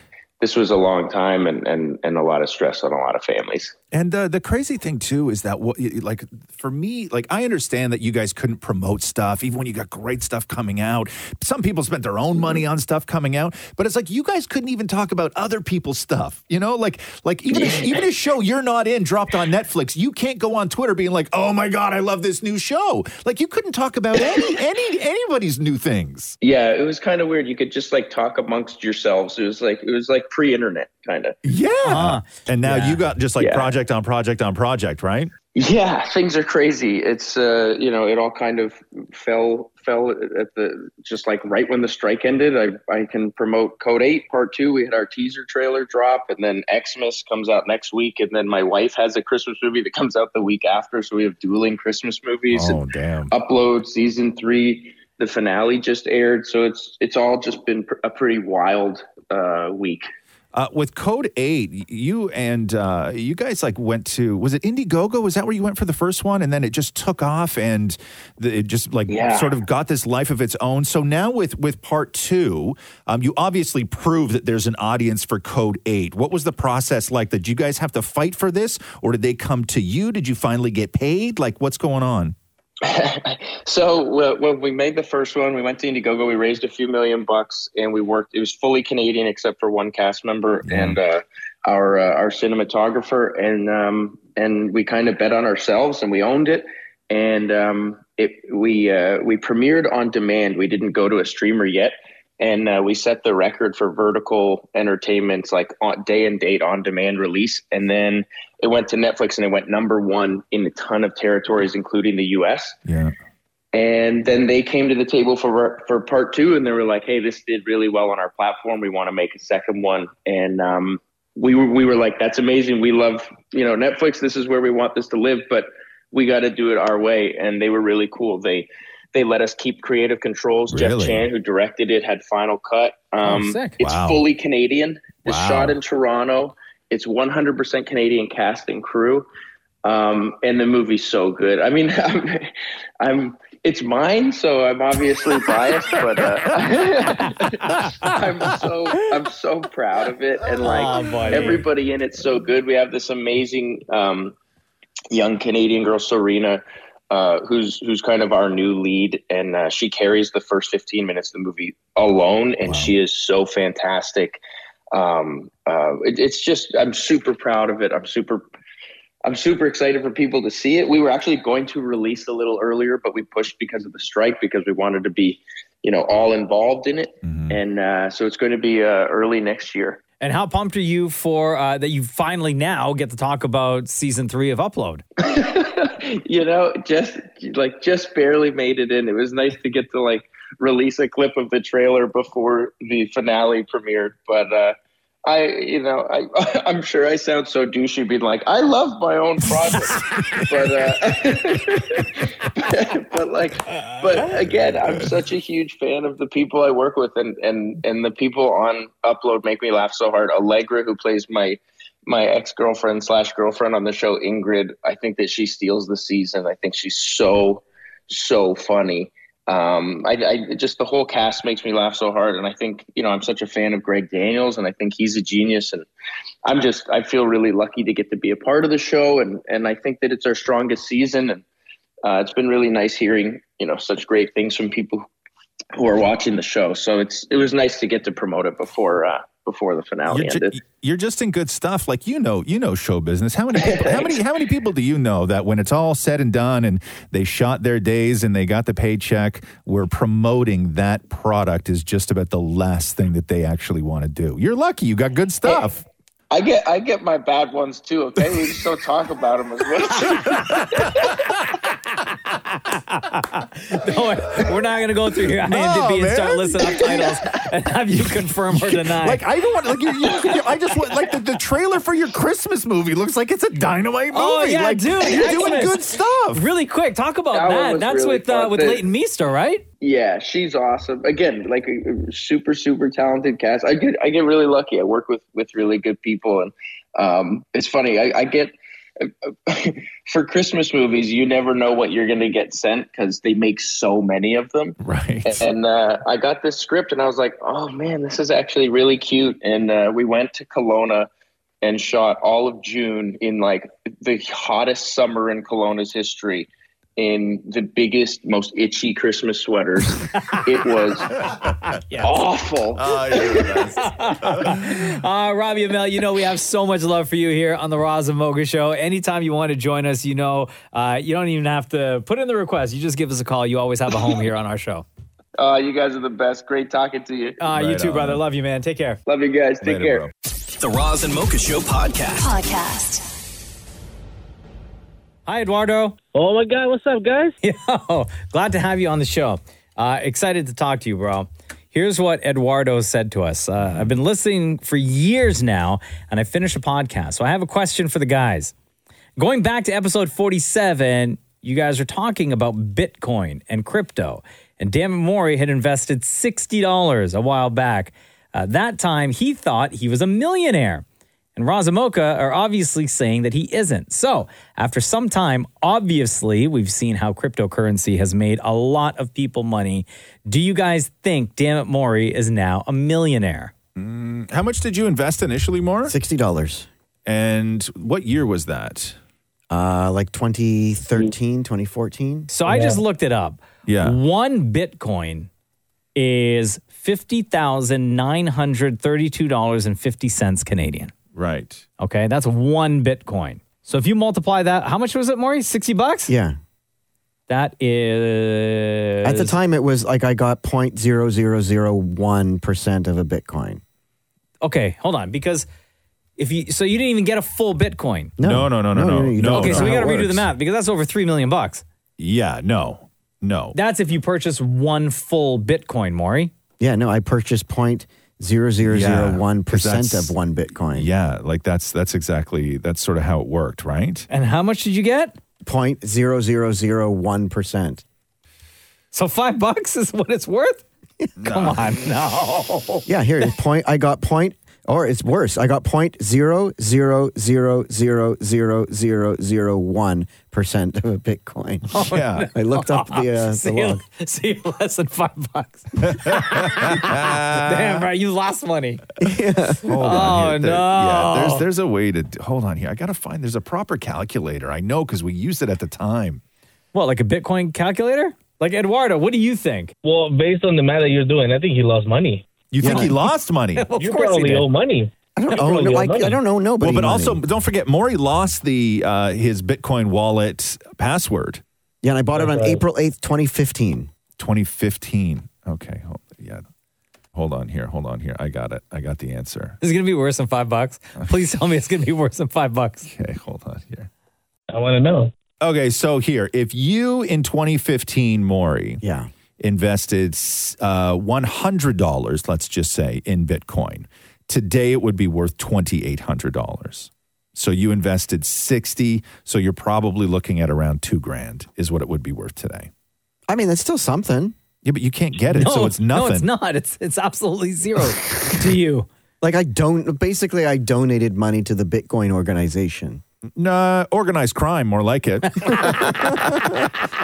S23: this was a long time and and and a lot of stress on a lot of families.
S2: And uh, the crazy thing too is that what you- like for me, like I understand that you guys couldn't promote stuff even when you got great stuff coming out. Some people spent their own
S23: Mm-hmm.
S2: money on stuff coming out, but it's like you guys couldn't even talk about other people's stuff. You know, like like even if, even a show you're not in dropped on Netflix, you can't go on Twitter being like, "Oh my god, I love this new show." Like you couldn't talk about any any anybody's new things.
S23: Yeah, it was kind of weird. You could just like talk amongst yourselves. It was like it was like pre-internet kind of.
S2: Yeah. Uh-huh. And now you got just like
S23: Yeah.
S2: project on project on project, right?
S23: Yeah, things are crazy. It's uh, you know, it all kind of fell fell at the just like right when the strike ended. I I can promote Code Eight Part Two. We had our teaser trailer drop, and then Xmas comes out next week, and then my wife has a Christmas movie that comes out the week after. So we have dueling Christmas movies.
S2: Oh
S23: and
S2: damn.
S23: Upload season three. The finale just aired, so it's it's all just been pr- a pretty wild uh, week.
S2: Uh, with Code Eight, y- you and uh, you guys like went to was it Indiegogo? Was that where you went for the first one? And then it just took off, and the, it just like
S15: Yeah.
S2: sort of got this life of its own. So now with with Part Two, um, you obviously proved that there's an audience for Code Eight. What was the process like? Did you guys have to fight for this, or did they come to you? Did you finally get paid? Like, what's going on?
S23: So uh, when we made the first one, we went to Indiegogo. We raised a few million bucks, and we worked. It was fully Canadian except for one cast member and uh, our uh, our cinematographer, and um, and we kind of bet on ourselves, and we owned it. And um, it we uh, we premiered on demand. We didn't go to a streamer yet, and uh, we set the record for vertical entertainment's like on, day and date on demand release. And then it went to Netflix, and it went number one in a ton of territories, including the U.S.
S2: Yeah.
S23: And then they came to the table for for part two, and they were like, "Hey, this did really well on our platform. We want to make a second one." And um, we were we were like, "That's amazing. We love you know Netflix. This is where we want this to live, but we got to do it our way." And they were really cool. They they let us keep creative controls. Jeff
S1: Really? Oh,
S23: Chan, who directed it, had final cut. Um,
S1: sick.
S23: It's
S1: Wow.
S23: fully Canadian. It's
S1: Wow.
S23: shot in Toronto. It's 100% Canadian cast and crew. Um, and the movie's so good. I mean, I'm, I'm it's mine, so I'm obviously biased, but uh, I'm so I'm so proud of it, and like
S1: Aw, buddy.
S23: everybody in it's so good. We have this amazing um, young Canadian girl, Serena, uh, who's who's kind of our new lead, and uh, she carries the first 15 minutes of the movie alone, and she is so fantastic. Um, uh, it, it's just I'm super proud of it. I'm super I'm super excited for people to see it. We were actually going to release a little earlier, but we pushed because of the strike because we wanted to be, you know, all involved in it. And uh, so it's going to be uh, early next year.
S3: And how pumped are you for uh, that you finally now get to talk about season three of Upload?
S23: you know, just like just barely made it in. It was nice to get to like release a clip of the trailer before the finale premiered, but uh I, you know, I, I'm sure I sound so douchey being like, I love my own project, but, uh, but like, but again, I'm such a huge fan of the people I work with and, and, and the people on upload make me laugh so hard. Allegra, who plays my, my ex girlfriend slash girlfriend on the show, Ingrid. I think that she steals the season. I think she's so so funny. Um, I, I just the whole cast makes me laugh so hard, and I think you know I'm such a fan of Greg Daniels, and I think he's a genius, and I'm just I feel really lucky to get to be a part of the show, and and I think that it's our strongest season, and uh, it's been really nice hearing you know such great things from people who are watching the show. So it's it was nice to get to promote it before uh, before the finale
S2: You're, ju-
S23: ended.
S2: you're just in good stuff. Like you know, you know show business. How many people, how many how many people do you know that when it's all said and done and they shot their days and they got the paycheck, we're promoting that product is just about the last thing that they actually want to do. You're lucky. You got good stuff.
S23: I get I get my bad ones too. Okay, we just don't talk about them as much.
S3: No, we're not going to go through your IMDb and start listing up titles and have you confirm or deny.
S2: Like I don't want like you, you, I just want like the, the trailer for your Christmas movie looks like it's a dynamite movie.
S3: Oh yeah,
S2: like,
S3: dude,
S2: you're doing
S3: excellent.
S2: good stuff.
S3: Really quick, talk about
S23: That
S3: that.
S23: one was
S3: That's
S23: really
S3: with uh,
S23: fun.
S3: with
S23: The-
S3: Leighton Meester, right?
S23: yeah, she's awesome. Again, like a- a super super talented cast. I get I get really lucky. I work with with really good people, and um, it's funny. I, I get. For Christmas movies, you never know what you're going to get sent because they make so many of them.
S2: Right.
S23: And uh, I got this script, and I was like, "Oh man, this is actually really cute." And uh, we went to Kelowna and shot all of June in like the hottest summer in Kelowna's history in the biggest, most itchy Christmas sweaters. it was awful.
S3: Uh, Robbie Amell, you know we have so much love for you here on the Roz and Mocha Show. Anytime you want to join us, you know uh, you don't even have to put in the request. You just give us a call. You always have a home here on our show.
S23: Uh, you guys are the best. Great talking to you.
S3: Uh, you too, brother. Love you, man. Take care.
S23: Love you guys. Take care.
S4: The Roz and Mocha Show podcast.
S5: Podcast.
S3: Hi, Eduardo. Oh my God, what's up, guys? Yo, glad to have you on the show. Uh, excited to talk to you, bro. Here's what Eduardo said to us. Uh, I've been listening for years now, and I finished a podcast. So I have a question for the guys. Going back to episode 47, you guys are talking about Bitcoin and crypto. And Dan Mori had invested $60 a while back. Uh, that time, he thought he was a millionaire. And Razumoka are obviously saying that he isn't. So, after some time, obviously, we've seen how cryptocurrency has made a lot of people money. Do you guys think Dammit Mori is now a millionaire?
S2: Mm, How much did you invest initially, More?
S20: Sixty dollars.
S2: And what year was that?
S20: Uh, like 2013, 2014.
S3: So I just looked it up.
S2: Yeah.
S3: One Bitcoin is $50,932.50 Canadian.
S2: Right.
S3: Okay. That's one Bitcoin. So if you multiply that, how much was it, Maury? 60 bucks?
S20: Yeah.
S3: That is.
S20: At the time, it was like I got 0.0001% of a Bitcoin.
S3: Okay. Hold on. Because if you, so you didn't even get a full Bitcoin.
S2: No, no, no, no, no.
S20: you
S2: no
S3: okay.
S2: no.
S3: so we got to redo the math because that's over 3 million bucks.
S2: Yeah. No. No.
S3: That's if you purchase one full Bitcoin, Maury.
S20: Yeah, no, I purchased 0.0001%
S2: Yeah,
S20: of one Bitcoin.
S2: Yeah, like that's that's exactly that's sort of how it worked, right?
S3: And how much did you get?
S20: 0.0001%.
S3: So five bucks is what it's worth? Come on. No.
S20: Yeah, here it's point. I got point, or it's worse. I got point zero zero zero zero zero zero zero one percent of a Bitcoin.
S2: yeah,
S20: I looked up the, uh, the
S3: Oh, See,
S20: log.
S3: see, less than five bucks. Damn right, you lost money.
S2: Hold
S3: Oh,
S2: on here. There- yeah,
S3: no.
S2: there's there's a way to hold on here. I gotta find there's a proper calculator. I know because we used it at the time.
S3: What, like a Bitcoin calculator? Like Eduardo, what do you think?
S1: Well, based on the math that you're doing, I think he lost money.
S2: You think he lost money?
S1: Of you
S2: course he
S1: probably
S2: did.
S1: owe money.
S20: I
S2: don't
S1: owe- no, I- I
S20: don't know
S2: Well,
S20: nobody
S2: but
S20: money.
S2: also don't forget, Maury lost the uh, his Bitcoin wallet password.
S20: Yeah, and I bought it on April eighth, twenty fifteen.
S2: 2015. Okay, hold, yeah. Hold on here. Hold on here. I got it. I got the answer.
S3: This is gonna be worse than five bucks. Please tell me it's gonna be worse than five bucks.
S2: Okay, hold on here.
S1: I want to know.
S2: Okay, so here, if you in 2015, Maury,
S20: yeah,
S2: invested uh, $100, let's just say, in Bitcoin, today it would be worth $2,800. So you invested 60, so you're probably looking at around two grand is what it would be worth today.
S20: I mean, that's still something.
S2: Yeah, but you can't get it, so it's nothing.
S3: No, it's not. It's it's absolutely zero to you.
S20: Like I don't. Basically, I donated money to the Bitcoin organization.
S2: Nah, uh, organized crime, more like it.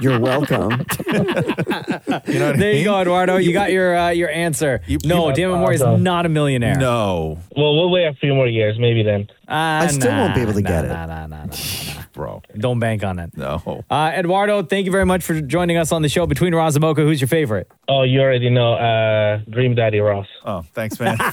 S20: You're welcome.
S3: there you go, Eduardo. You got your uh, your answer. no,
S1: you-
S3: Damon Moore is
S1: Awesome.
S3: not a millionaire.
S2: No.
S1: Well, we'll wait a few more years, maybe then.
S3: I
S1: still won't be able to get
S3: it.
S2: Bro.
S3: Don't bank on it.
S2: No.
S3: Uh, Eduardo, thank you very much for joining us on the show. Between Razamoka, who's your favorite?
S1: Oh, you already know, uh, Dream Daddy Ross.
S2: Oh, thanks, man.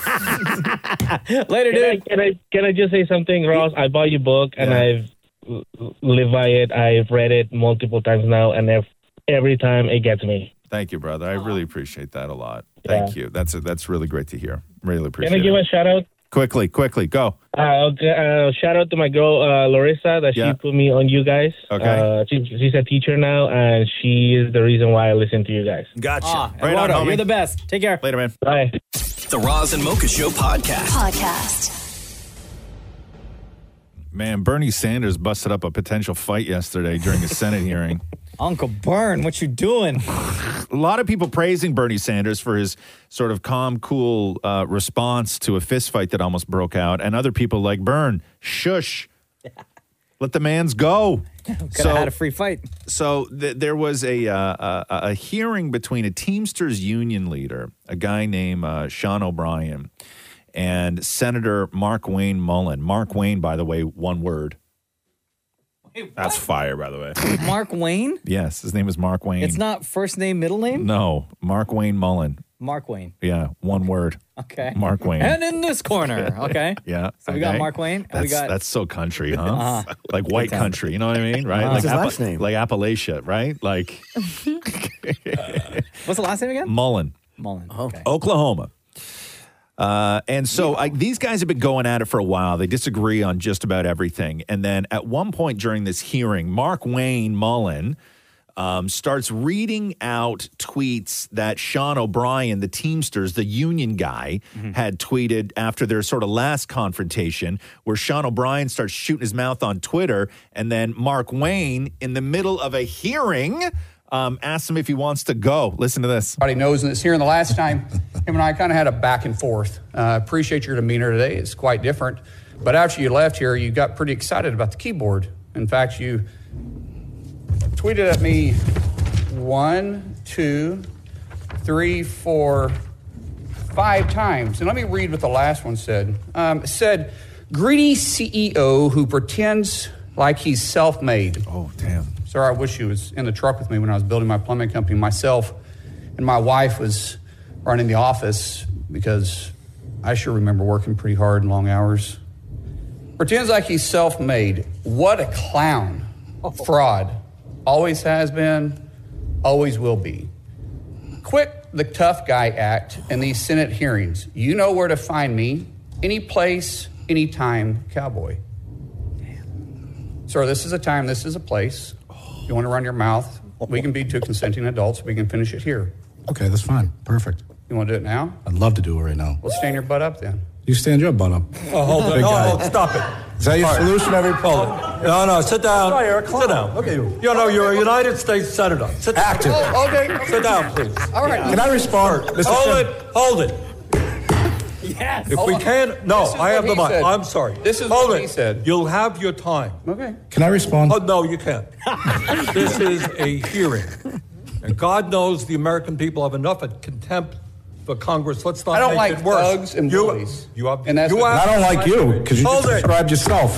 S3: Later,
S1: dude. Can I, can I can I just say something, Ross? I bought your book and I've l- l- lived by it. I've read it multiple times now, and ev- every time it gets me.
S2: Thank you, brother. I really appreciate that a lot. Thank you. That's that's really great to hear. Really appreciate
S1: Can I give
S2: it.
S1: a shout out?
S2: quickly, quickly, go.
S1: Uh, okay, uh, shout out to my girl uh, Larissa that
S2: Yeah.
S1: she put me on you guys.
S2: Okay.
S1: Uh, she, she's a teacher now, and she is the reason why I listen to you guys.
S2: Gotcha.
S1: Right on,
S3: Ah, Eduardo,
S1: homie.
S3: you're the best. Take care.
S2: Later, man.
S1: Bye.
S4: The Roz and Mocha Show podcast.
S5: Podcast.
S2: Man, Bernie Sanders busted up a potential fight yesterday during a Senate hearing.
S3: Uncle Bern, what you doing?
S2: a lot of people praising Bernie Sanders for his sort of calm, cool uh, response to a fistfight that almost broke out, and other people like Bern, shush, let the man's go.
S3: Could have had a free fight.
S2: So th- there was a, uh, a a hearing between a Teamsters union leader, a guy named uh, Sean O'Brien, and Senator Mark Wayne Mullen. Mark Wayne, by the way, one word. That's fire, by the way.
S3: Mark Wayne?
S2: yes, his name is Mark Wayne.
S3: It's not first name, middle name?
S2: No, Mark Wayne Mullen.
S3: Mark Wayne.
S2: Yeah, one word.
S3: Okay.
S2: Mark Wayne.
S3: And in this corner. Okay.
S2: yeah.
S3: So we got
S2: okay.
S3: Mark Wayne, and
S2: That's,
S3: we got-
S2: that's so country, huh?
S3: Uh-huh.
S2: Like white
S3: Good time.
S2: country, you know what I mean? Right?
S3: Uh-huh.
S2: like
S3: What's his
S2: last name? Like Appalachia, right? Like
S3: What's the last name again?
S2: Mullen.
S3: Mullen.
S2: Oklahoma. Uh, and so I, these guys have been going at it for a while. They disagree on just about everything. And then at one point during this hearing, Mark Wayne Mullen um, starts reading out tweets that Sean O'Brien, the Teamsters, the union guy,
S3: Mm-hmm.
S2: had tweeted after their sort of last confrontation, where Sean O'Brien starts shooting his mouth on Twitter. And then Mark Wayne, in the middle of a hearing, Um, asked him if he wants to go. Listen to this.
S10: Everybody knows this here. And the last time, him and I kind of had a back and forth. Uh, appreciate your demeanor today. It's quite different. But after you left here, you got pretty excited about the keyboard. In fact, you tweeted at me one, two, three, four, five times. And let me read what the last one said. Um, it said, greedy CEO who pretends like he's self made. Oh, damn. Sir, I wish you was in the truck with me when I was building my plumbing company. Myself and my wife was running the office because I sure remember working pretty hard and long hours. Pretends like he's self made. What a clown. Fraud. Always has been, always will be. Quit the tough guy act in these Senate hearings. You know where to find me. Any place, anytime, cowboy. Sir, this is a time, this is a place. You want to run your mouth? We can be two consenting adults. We can finish it here.
S11: Okay, that's fine. Perfect.
S10: You want to do it now?
S11: I'd love to do it right now.
S10: Well, stand your butt up then.
S11: You stand your butt up.
S10: Oh, hold on.
S11: Big
S10: No,
S11: guy.
S10: hold on.
S12: Stop it.
S11: Is that your
S12: All right.
S11: solution, every problem?
S12: No, no, sit down.
S11: Sorry, Eric,
S12: sit down. Okay, you. You know, you're a United States Senator. Sit down.
S11: Active.
S12: Oh,
S10: okay.
S12: Sit down, please.
S10: All right.
S12: Can I respond? Mr. Hold it. Hold it.
S10: Yes.
S12: If we can't, no,
S10: This is
S12: I have
S10: what
S12: the
S10: he
S12: mic.
S10: said.
S12: I'm sorry.
S10: This is
S12: Hold
S10: what
S12: it.
S10: he said.
S12: You'll have your time.
S10: Okay.
S11: Can I respond?
S12: Oh, no, you can't. this is a hearing. And God knows the American people have enough of contempt for Congress. Let's not
S10: I don't
S12: make
S10: like
S12: it worse.
S10: thugs and
S12: you,
S10: bullies.
S12: You have,
S10: And that's
S12: you
S10: what-
S12: have
S10: I don't like you,
S11: 'cause you
S12: Hold it.
S11: just
S12: Oh,
S11: described yourself.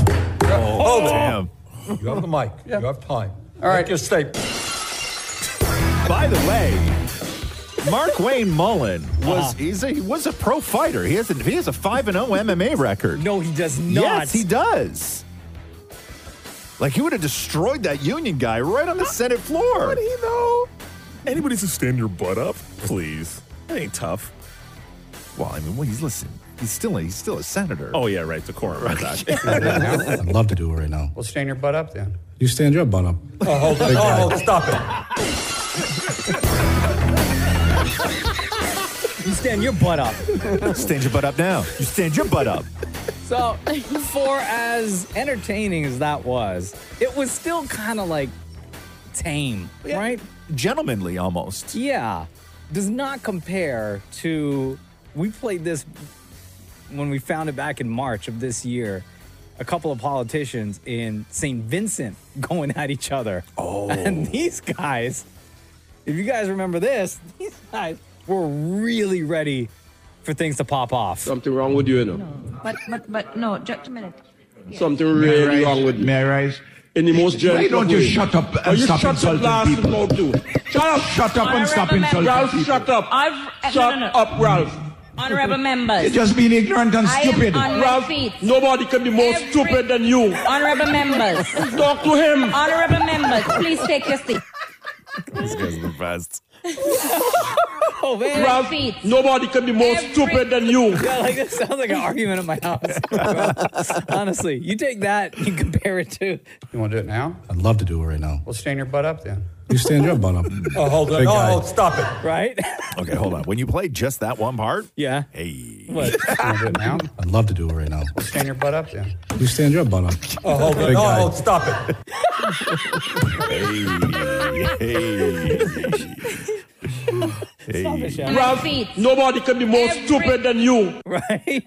S12: Hold
S2: damn.
S12: it. You have the mic. You have time.
S10: All right.
S12: Make your statement.
S2: By the way, Mark Wayne Mullen was he's a, he was a pro fighter. He has a, he has a five and zero MMA record.
S3: No, he does
S2: Yes, he does. Like he would have destroyed that union guy right on the Senate floor. What do you know?
S8: Anybody should stand your butt up, please. That ain't tough.
S2: Well, I mean, well, he's listen. He's still a, he's still a senator.
S8: Oh yeah, right. The quorum. Right.
S11: I'd love to do it right now.
S10: Well, stand your butt up then.
S11: You stand your butt up.
S12: Oh, hold it.
S11: Big guy.
S12: Oh, hold it. Stop it.
S3: You stand your butt up.
S2: stand your butt up now. You stand your butt up.
S3: So, for as entertaining as that was, it was still kind of like tame, right?
S2: Gentlemanly almost.
S3: Yeah. Does not compare to. We played this when we found it back in March of this year. A couple of politicians in St. Vincent going at each other. Oh. And these guys, if you guys remember this, these guys were really ready for things to pop off.
S24: Something wrong with you, you know.
S25: But but but no, just a minute.
S24: Something really wrong with you. May I rise? In the most gentle
S25: Why don't you shut
S24: up and you
S25: stop
S24: shut
S25: insulting
S24: up last
S25: people?
S24: mouth too. Shut up. Shut
S25: up and stop Honorable insulting
S24: Ralph,
S25: people.
S24: shut up.
S25: I've- uh,
S24: shut
S25: no, no, no.
S24: up, Ralph.
S25: Honorable members.
S24: You're just being ignorant and
S25: I am
S24: stupid.
S25: on my
S24: Ralph,
S25: feet.
S24: nobody can be more stupid than you.
S25: Honorable members.
S24: Talk to him.
S25: Honorable members, please take your seat.
S2: This guy's the best.
S3: Oh, man.
S24: Ralph, nobody can be more stupid than you.
S3: Yeah, like that sounds like an argument at my house. Honestly, you take that and compare it to.
S10: You want to do it now?
S11: I'd love to do it right now.
S10: Well, stand your butt up then.
S11: You stand your butt up.
S12: Oh, hold it.
S11: Big
S12: Oh,
S11: guy.
S12: hold- stop it.
S3: Right?
S2: Okay, hold on. When you play just that one part,
S3: yeah.
S2: Hey,
S3: What?
S11: I'd love to do it right now.
S10: Stand your butt up then.
S11: You stand your butt up.
S12: Oh, hold it.
S11: Big
S12: Oh,
S11: guy.
S12: hold it. Stop it.
S24: Ralph, nobody can be more stupid than you.
S3: Right?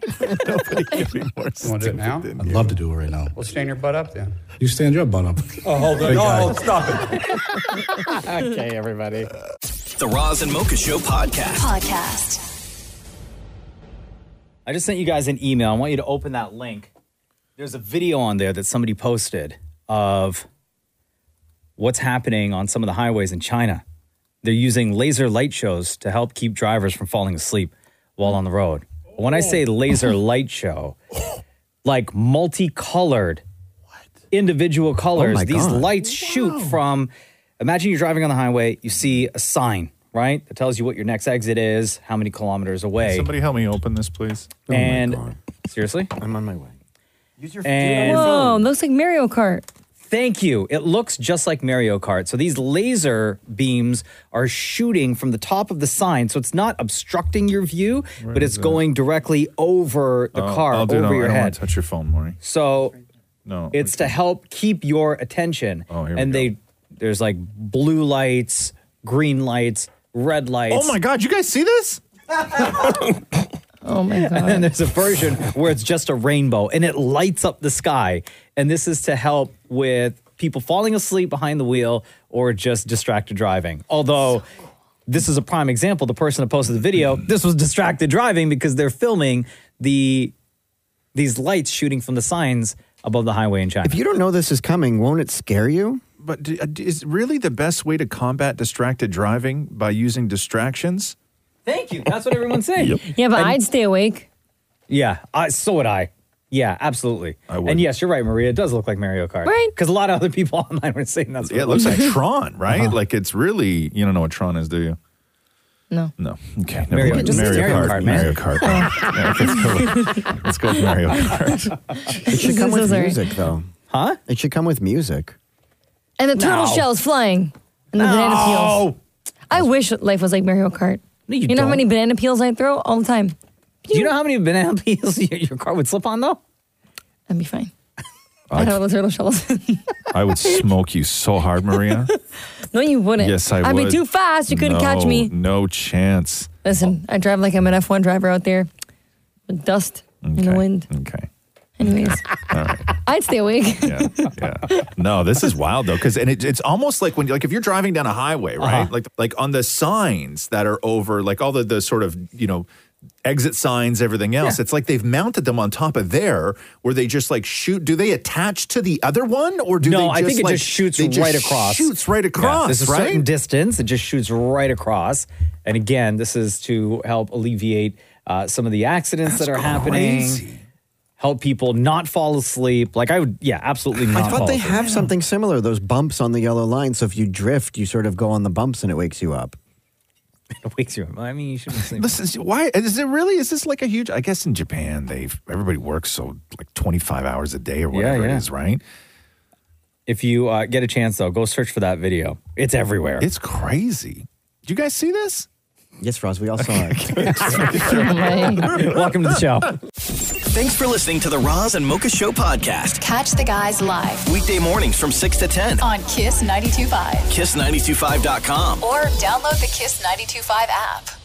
S24: nobody
S2: can be more
S10: You want to do it now?
S11: I'd love to do it right now.
S10: Well, stand your butt up then.
S11: You stand your butt up.
S12: Oh, hold it.
S11: Big
S12: Oh,
S11: guy.
S12: hold it. Stop it.
S3: okay, everybody.
S4: The Roz and Mocha Show podcast.
S5: Podcast.
S3: I just sent you guys an email. I want you to open that link. There's a video on there that somebody posted of what's happening on some of the highways in China. They're using laser light shows to help keep drivers from falling asleep while on the road. When I
S20: Oh.
S3: say laser light show, like multicolored, individual colors.
S20: Oh my
S3: These
S20: God.
S3: lights shoot from. Imagine you're driving on the highway, you see a sign, right? That tells you what your next exit is, how many kilometers away.
S2: Somebody help me open this, please.
S3: and seriously, I'm on my way. Use your and
S6: Whoa, looks like Mario Kart.
S3: Thank you. It looks just like Mario Kart. So these laser beams are shooting from the top of the sign. So it's not obstructing your view, but it's going directly over the
S2: I'll-
S3: car,
S2: Oh, I'll do it
S3: over
S2: on-
S3: your
S2: I don't wanna
S3: head.
S2: touch your phone, Maury.
S3: So
S2: No, Oh,
S3: it's to help keep your attention.
S2: here we
S3: and
S2: go.
S3: they There's like blue lights, green lights, red lights.
S2: Oh my God, you guys see this?
S6: oh my God.
S3: And then there's a version where it's just a rainbow and it lights up the sky. And this is to help with people falling asleep behind the wheel or just distracted driving. Although, this is a prime example. The person that posted the video, this was distracted driving because they're filming the these lights shooting from the signs above the highway in China.
S20: If you don't know this is coming, won't it scare you?
S2: But d- uh, d- is really the best way to combat distracted driving by using distractions?
S3: Thank you. That's what everyone's saying.
S6: Yeah, but
S3: And-
S6: I'd stay awake.
S3: Yeah, I, so would I. Yeah, absolutely. I would. And yes, you're right, Maria. It does look like Mario Kart.
S6: Right.
S3: Because a lot of other people online were saying that's what
S2: Yeah, it looks like
S3: looked
S2: Tron, right?
S3: Uh-huh.
S2: Like it's really you don't know what Tron is, do you?
S6: No.
S2: No. Okay. Never
S3: Mario-
S2: mind.
S3: just Mario Kart, man.
S2: Mario Kart. Yeah, let's, go with, let's go with Mario Kart.
S20: It should come
S6: I'm so
S20: with
S6: sorry.
S20: music, though.
S3: Huh?
S20: It should come with music.
S6: And the turtle
S20: No.
S6: shell is flying. And the banana peels. I wish life was like Mario Kart.
S3: No, you
S6: know how
S3: don't.
S6: many banana peels I throw all the time?
S3: Do you know how many banana peels your, your car would slip on though?
S6: That'd be fine. I
S2: I'd-
S6: throw the turtle shells.
S2: I would smoke you so hard, Maria.
S6: no, you wouldn't.
S2: Yes, I
S6: I'd
S2: would.
S6: be too fast. You couldn't catch
S2: No,
S6: me.
S2: No chance.
S6: Listen, I drive like I'm an F1 driver out there. With dust in the wind.
S2: Okay.
S6: Anyways,
S2: All right.
S6: I'd stay awake.
S2: No, this is wild though, because and it, it's almost like when you like if you're driving down a highway, right?
S7: Uh-huh.
S2: Like like on the signs that are over, like all the the sort of you know exit signs, everything else. It's like they've mounted them on top of there, where they just like shoot. Do they attach to the other one, or do
S3: no,
S2: they? Just,
S3: I think it
S2: like,
S3: just shoots
S2: they
S3: right
S2: just
S3: across.
S2: Shoots right across.
S3: Yeah, there's a
S2: right?
S3: certain distance. It just shoots right across. And again, this is to help alleviate uh, some of the accidents that are happening.
S20: crazy.
S3: Help people not fall asleep. Like I would, yeah, absolutely not.
S20: I thought
S3: fall
S20: they
S3: asleep.
S20: have something similar, those bumps on the yellow line. So if you drift, you sort of go on the bumps and it wakes you up.
S3: It wakes you up. I mean, you should be sleeping.
S2: This is why is it really? Is this like a huge? I guess in Japan they've everybody works so like twenty five hours a day or whatever it is, right?
S3: If you uh, get a chance, though, go search for that video. It's everywhere.
S2: It's crazy. Do you guys see this?
S20: Yes, Ross, we all saw it.
S3: Welcome to the show.
S4: Thanks for listening to the Roz and Mocha Show podcast.
S5: Catch the guys live
S4: Weekday mornings from 6 to 10.
S5: on Kiss 92.5
S4: Kiss925.com.
S5: or download the Kiss 92.5 app.